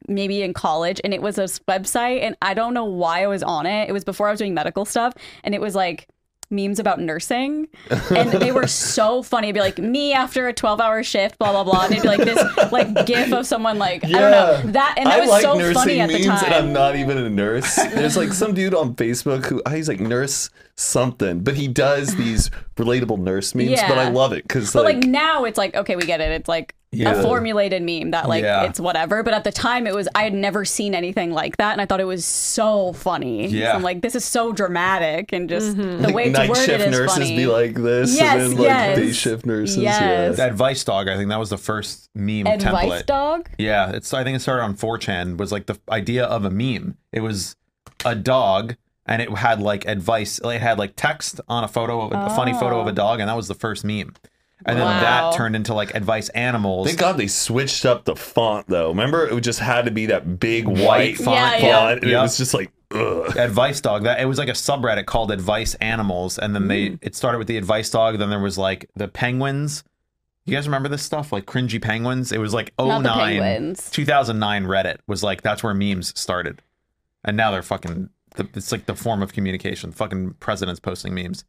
maybe in college and it was this website and I don't know why I was on it. It was before I was doing medical stuff and it was like memes about nursing and they were so funny it'd be like me after a 12 hour shift blah blah blah and it'd be like this like gif of someone like i don't know that and that I was like so nursing funny at the memes, time and I'm not even a nurse. There's like some dude on Facebook who ah, he's like nurse something, but he does these relatable nurse memes. But I Yeah. love it because But like, like, now it's like, okay, we get it. It's like Yeah. a formulated meme that like Yeah. it's whatever. But at the time it was I had never seen anything like that and I thought it was so funny. Yeah. So I'm like, this is so dramatic and just the like, way it's night worded shift is nurses funny. be like this, Yes, and then like yes. day shift nurses. Yes. Yeah. That Advice Dog, I think that was the first meme Advice template. dog? Yeah, it's I think it started on 4chan was like the idea of a meme. It was a dog and it had like advice. It had like text on a photo of a, a funny photo of a dog, and that was the first meme. And then Oh. Wow. that turned into like advice animals. Thank God they switched up the font though. Remember, it just had to be that big white font, Yeah, font, yeah. and Yeah. it was just like, ugh. advice dog that it was like a subreddit called advice animals and then Hmm. they it started with the advice dog then there was like the penguins you guys remember this stuff like cringy penguins it was like Not the 09 penguins. 2009 reddit was like that's where memes started and now they're fucking the, it's like the form of communication fucking presidents posting memes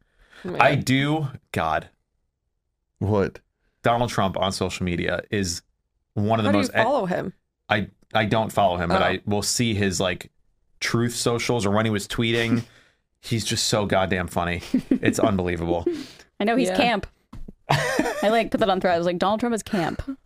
i do god What? donald trump on social media is one of How the do you most e- follow him? I I don't follow him, but Oh. I will see his like truth socials or when he was tweeting. He's just so goddamn funny. It's unbelievable. I know he's Yeah. camp. I like put that on thread. I was like, Donald Trump is camp. Someone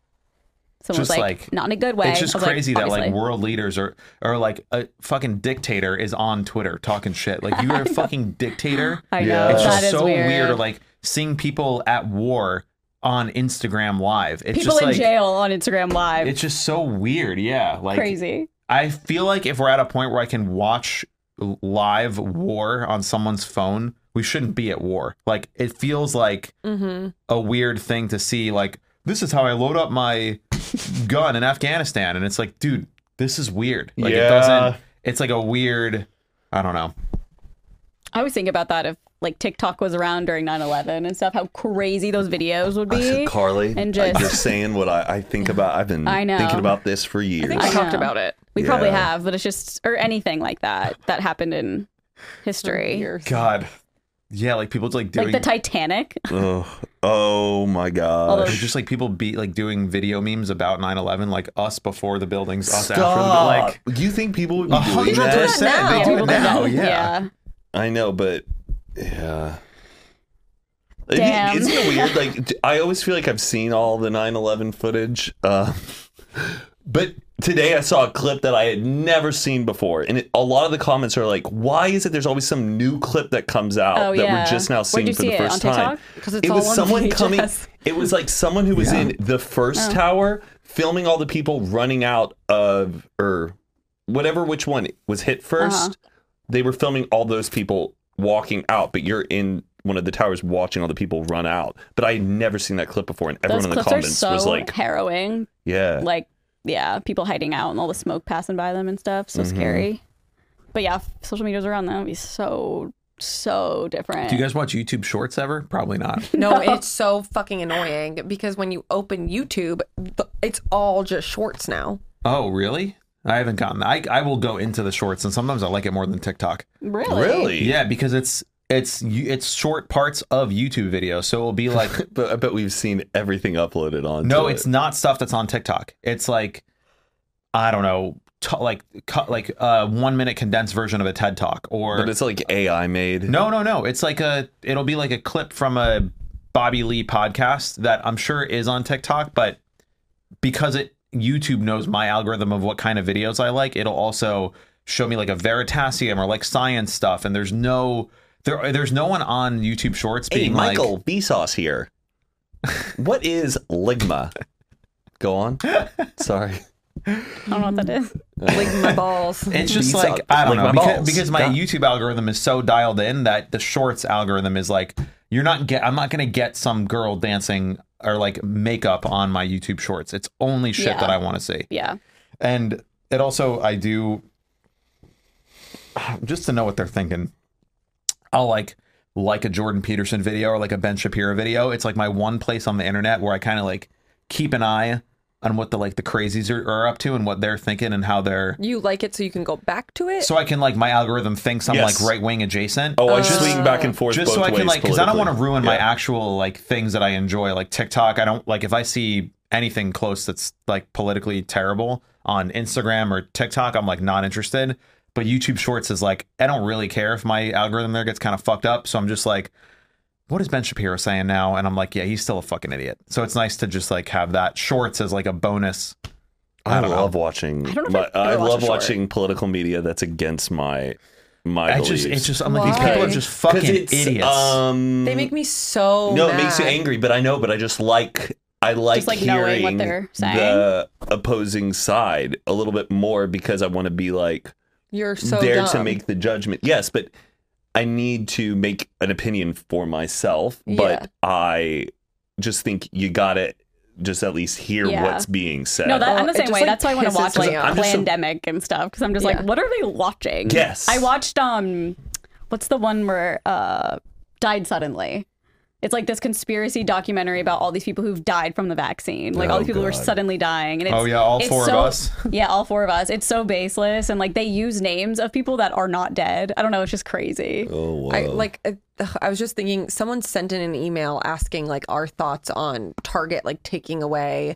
was Just, like, like, not in a good way. It's just I was like, crazy that like obviously. world leaders are or like a fucking dictator is on Twitter talking shit. Like you are a fucking dictator. I Yeah. know It's that just is so weird. weird. Like seeing people at war on Instagram live. It's People just in like jail on Instagram Live. it's just so weird. Yeah, like crazy. I feel like if we're at a point where I can watch live war on someone's phone, we shouldn't be at war. Like it feels like Mm-hmm. a weird thing to see like this is how I load up my gun in Afghanistan and it's like dude this is weird like Yeah. it doesn't it's like a weird I don't know I always think about that if like TikTok was around during 9-11 and stuff, how crazy those videos would be. Carly, And I, just- you're saying what I, I think about. I've been I know. thinking about this for years. I think I we talked know. about it. We probably Yeah. have, but it's just or anything like that that happened in history. Years. god yeah like people like doing Like the Titanic. Ugh. oh my god. They're just like people be like doing video memes about 9-11 like us before the buildings us after the Stop. like you think people would be a doing hundred that? percent they do it now yeah I know, but yeah. It- Damn. Isn't it weird? Like, d- I always feel like I've seen all the 9 11 footage. Uh, but today I saw a clip that I had never seen before. And it, a lot of the comments are like, why is it there's always some new clip that comes out Oh, that yeah. we're just now Where'd seeing you for see the it? first On time? TikTok? 'Cause it's It was all on someone VHS. coming. It was like someone who was in the first tower filming all the people running out of, or whatever which one was hit 1st they were filming all those people walking out, but you're in one of the towers watching all the people run out. But I had never seen that clip before, and everyone in Those the clips are comments so was like, harrowing. "Yeah, Like, yeah, people hiding out and all the smoke passing by them and stuff. So Mm-hmm. scary. But yeah, if social media's around that would be so so different. do you guys watch YouTube shorts ever probably not No, it's so fucking annoying because when you open YouTube, th- it's all just shorts now. oh really I haven't gotten that. I, I will go into the shorts and sometimes I like it more than TikTok really? really? Yeah, because it's it's you- it's short parts of YouTube videos, so it'll be like But I bet we've seen everything uploaded on. no, it's not stuff that's on TikTok. It's like I don't know, t- like cut like a one minute condensed version of a TED talk or but it's like AI made. no, no, no. It's like a it'll be like a clip from a Bobby Lee podcast that I'm sure is on TikTok, but because it YouTube knows my algorithm of what kind of videos I like, it'll also show me like a Veritasium or like science stuff and there's no there there's no one on YouTube Shorts hey, being Michael like Vsauce here. what is ligma? Go on. Sorry. I don't know what that is. Like my balls. it's These just like are- I like don't my know because, balls. because my God. YouTube algorithm is so dialed in that the shorts algorithm is like you're not get I'm not gonna get some girl dancing or like makeup on my YouTube shorts. It's only shit Yeah. that I want to see, Yeah. and it also I do just to know what they're thinking. I'll like like a Jordan Peterson video or like a Ben Shapiro video. It's like my one place on the internet where I kind of like keep an eye on what the like the crazies are, are up to and what they're thinking and how they're You like it so you can go back to it. so I can like my algorithm thinks I'm Yes. like right wing adjacent. Oh, I swing back and forth. Uh, just so both I can ways like because I don't want to politically. ruin my Yeah. actual like things that I enjoy, like TikTok. I don't like if I see anything close that's like politically terrible on Instagram or TikTok. I'm like not interested. But YouTube Shorts is like I don't really care if my algorithm there gets kind of fucked up. So I'm just like, what is Ben Shapiro saying now? And I'm like, yeah, he's still a fucking idiot. So it's nice to just like have that Shorts as like a bonus. I, I don't know. love watching. I, don't know my, if I've I ever watched love a short. watching political media that's against my my I beliefs. just it's just I'm like these Why? people are just 'Cause fucking it's, idiots. Um, they make me so no, mad. it makes you angry, but I know, but I just like I like, Just like hearing knowing what they're saying. the opposing side a little bit more because I want to be like You're so there dumb. to make the judgment. Yes, but I need to make an opinion for myself. Yeah. But I just think you got to just at least hear Yeah. what's being said. No, that, Oh, I'm the it same just, way. like, That's why I want to pisses watch me like off. I'm just so- pandemic and stuff because I'm just Yeah. like, what are they watching? Yes. I watched um, what's the one where uh, died suddenly. It's like this conspiracy documentary about all these people who've died from the vaccine. Like all Oh, these people who are God. suddenly dying. And it's, Oh, yeah, all it's four of so- us. Yeah, all four of us. It's so baseless, and like they use names of people that are not dead. I don't know. It's just crazy. oh, wow. I like. uh, ugh, I was just thinking. Someone sent in an email asking like our thoughts on Target like taking away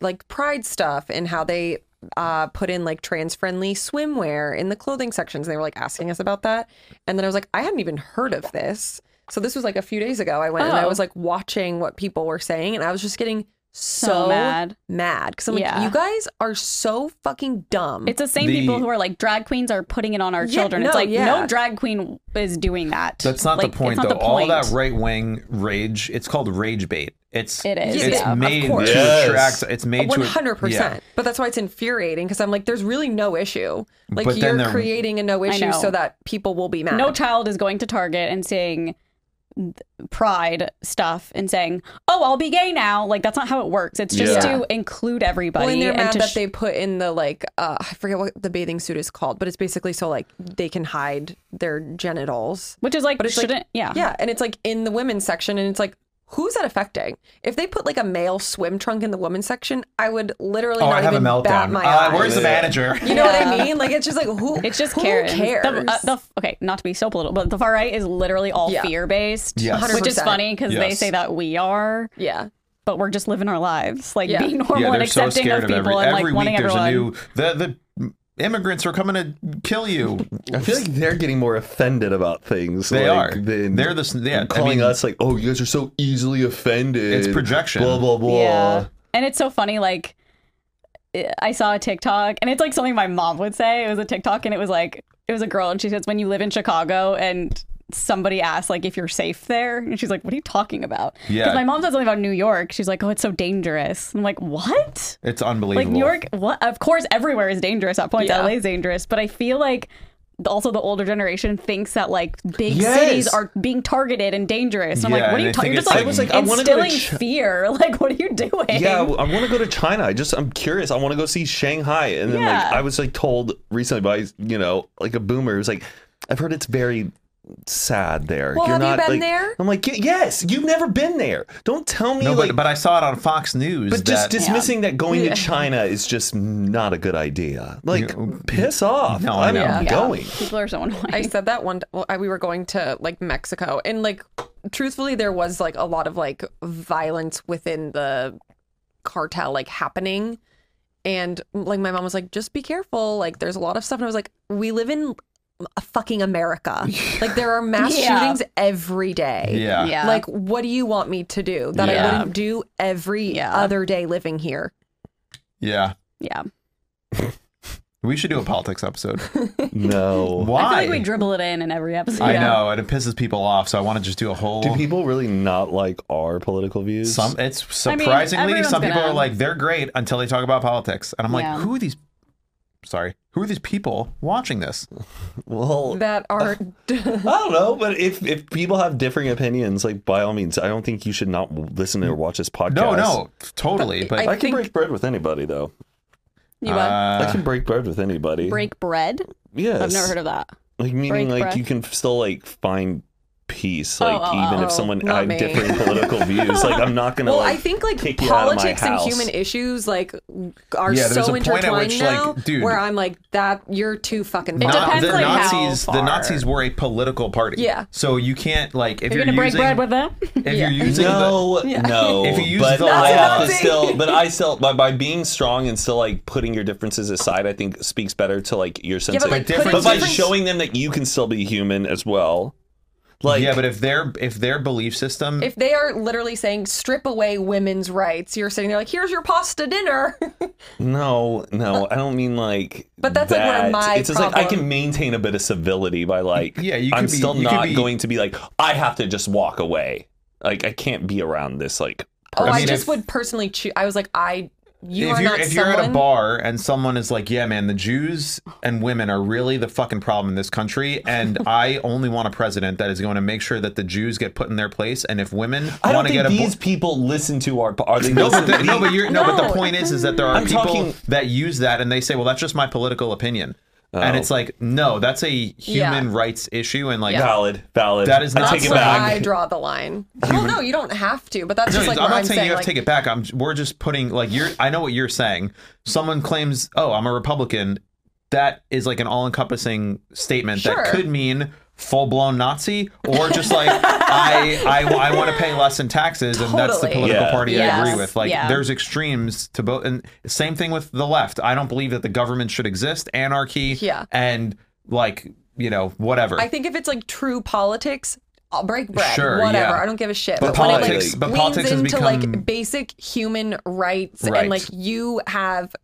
like Pride stuff and how they uh, put in like trans friendly swimwear in the clothing sections. They were like asking us about that, and then I was like, I hadn't even heard of this. So this was like a few days ago. I went and I Oh. was like watching what people were saying, and I was just getting so, mad. mad because I'm like, Yeah. you guys are so fucking dumb. It's the same The- people who are like drag queens are putting it on our Yeah, children. it's no, like yeah. no drag queen is doing that. That's not Like, the point, it's not though. the All point. that right wing rage, it's called rage bait. It's It is, It's yeah. Of made to course. Yes. attract. It's made One to hundred yeah. percent. But that's why it's infuriating because I'm like, there's really no issue. Like But then you're they're- creating a no issue know. so that people will be mad. no child is going to Target and seeing th- pride stuff and saying, "Oh, I'll be gay now." Like that's not how it works. It's just Yeah. to include everybody Well, and they're and mad to that sh- they put in the like uh, I forget what the bathing suit is called, but it's basically so like they can hide their genitals. which is like But it's like- shouldn't yeah. Yeah, and it's like in the women's section, and it's like who's that affecting? If they put like a male swim trunk in the women's section, I would literally Oh, not I have a even bat meltdown. my Uh, eye. where's the manager? you know what I mean? Like it's just like who? It's just who Karen. cares? The, uh, the- okay, not to be so political, but the far right is literally all Yeah. fear based, Yes. which is 100%. funny because they Yes. say that we are, yeah. but we're just living our lives, like Yeah. being normal yeah, and they're so accepting scared of of, people and every, every like week. wanting There's everyone. a new the the immigrants are coming to kill you. I feel like they're getting more offended about things. They like, are. Than They're the s- yeah, I calling mean- us like, oh, you guys are so easily offended. It's projection. Blah blah blah. Yeah. And it's so funny, like I saw a TikTok and it's like something my mom would say. It was a TikTok and it was like it was a girl and she says, When you live in Chicago and somebody asked like if you're safe there and she's like, What are you talking about? Yeah. Because my mom says something about New York. She's like, Oh, it's so dangerous. I'm like, What? It's unbelievable. Like New York what of course everywhere is dangerous at points. Yeah. LA is dangerous, but I feel like also the older generation thinks that like big Yes. cities are being targeted and dangerous. And I'm Yeah, like, what are you and they think talking? You're just it's like, like- I was like, I wanna go to instilling Ch- fear. Like, what are you doing? Yeah, well, I want to go to China. I just I'm curious. I want to go see Shanghai. And then Yeah. like I was like told recently by you know like a boomer who's like, I've heard it's very sad there. Well, have you like-" been there? I'm like, "Y- yes. You've never been there. Don't tell me No, like. but, but I saw it on Fox News. but just that- dismissing that going to China is just not a good idea. Like, piss off. mm, No, I I'm know. not Yeah. going. People are so annoying. I said that one. Well, I, we were going to like Mexico, and like, truthfully, there was like a lot of like violence within the cartel like happening, and like my mom was like, "Just be careful." Like, there's a lot of stuff, and I was like, "We live in a fucking America. like, there are mass Yeah. shootings every day. yeah, Yeah. Like, what do you want me to do that I Yeah. wouldn't do every Yeah. other day living here? yeah. yeah. We should do a politics episode. No. Why? I feel like we dribble it in in every episode. I know, and it pisses people off. So I want to just do a whole. Do people really not like our political views? Some it's mean, surprisingly everyone's some people gonna- are like they're great until they talk about politics, and I'm like, Yeah. who are these? Sorry, who are these people watching this? well, That are I don't know, but if if people have differing opinions, like by all means, I don't think you should not listen or watch this podcast. No, no, totally. But uh, I, I can think- break bread with anybody, though. You uh, I uh, can break bread with anybody. break bread. Yes. I've never heard of that. Like meaning, break like bread. you can still like find peace, like oh, even oh, if someone not had me. differing political views. Like I'm not gonna. Well, like, I think like kick you out of my politics and house. human issues like are Yeah, there's a so point at intertwined which, like, now, dude- where I'm like that you're too fucking. Na- far. depends, the like, how Nazis, the far. Nazis were a political party. Yeah. So you can't like if You're you're, gonna break using bread with them. if you're using the, No, no. If you use but the I have to Nazi. still, but I still by, by being strong and still like putting your differences aside, I think speaks better to like your sense but, of like, but, putting by difference- showing them that you can still be human as well. Like yeah, but if their if their belief system if they are literally saying strip away women's rights, you're sitting there like, here's your pasta dinner. no, no, I don't mean like. But that's, like, where that. my It's just like I problem- can maintain a bit of civility by like. Yeah, you I'm could be- still you could not be- going to be like I have to just walk away. Like I can't be around this like. oh, I, I mean, just if- would personally choose. I was like, I you if are you're not if someone. you're at a bar and someone is like, yeah, man, the Jews and women are really the fucking problem in this country, and I only want a president that is going to make sure that the Jews get put in their place, and if women I don't want to think get a these people listen to our. Are they no, but listening the, to no, these- but you're, no, but the point is, is that there are I'm people talking- that use that and they say, well, that's just my political opinion, and it's like, no, that's a human Yeah. rights issue, and like, Valid, valid. That is I not take it where I back. draw the line. Well, no, you don't have to, but that's No, just like I'm where not I'm saying you have like, to take it back. I'm we're just putting like you're. I know what you're saying. Someone claims, "Oh, I'm a Republican." That is like an all-encompassing statement Sure. that could mean full-blown Nazi or just like I I, I want to pay less in taxes, and that's the Totally. political Yeah. party I Yes. agree with. Like Yeah. there's extremes to both, and same thing with the left. I don't believe that the government should exist. Anarchy, Yeah. and like you know whatever. I think if it's like true politics, I'll break bread, Sure, whatever. yeah. I don't give a shit. But when it, politics- but politics has leans into become- like basic human rights Right. and like you have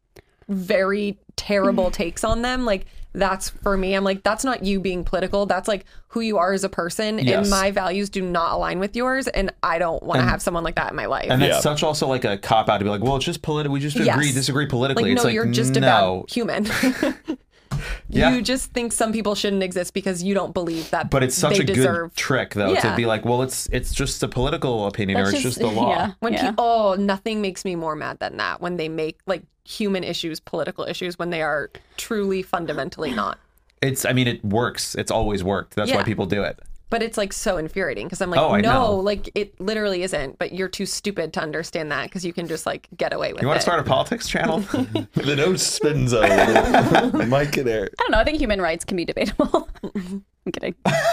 very terrible takes on them, like that's for me. I'm like, that's not you being political. That's like who you are as a person, Yes. and my values do not align with yours, and I don't want to have someone like that in my life. And that's Yeah. such also like a cop out to be like, well, it's just political. We just agree, Yes. disagree politically. like, it's no, like you're just a no, bad human. Yeah. You just think some people shouldn't exist because you don't believe that. but it's such they a deserve good trick though to Yeah. be like, well, it's it's just a political opinion or That's it's just just- the law. yeah. When people, oh, nothing makes me more mad than that when they make like human issues political issues when they are truly fundamentally not. It's I mean, it works. It's always worked. That's why Yeah. people do it. But it's like so infuriating because I'm like, Oh, I know. no, like it literally isn't. But you're too stupid to understand that because you can just like get away with You want it. to start a politics channel? the no spin zone. I might get there. I don't know. I think human rights can be debatable. I'm kidding. All right,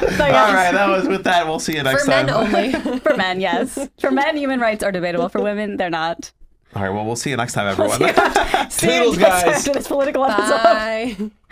so All yes. right, that was with that. We'll see you next For time. men only. For men, yes. For men, human rights are debatable. For women, they're not. All right, well, we'll see you next time, everyone. See you Toodles, next guys. after this political episode. Bye.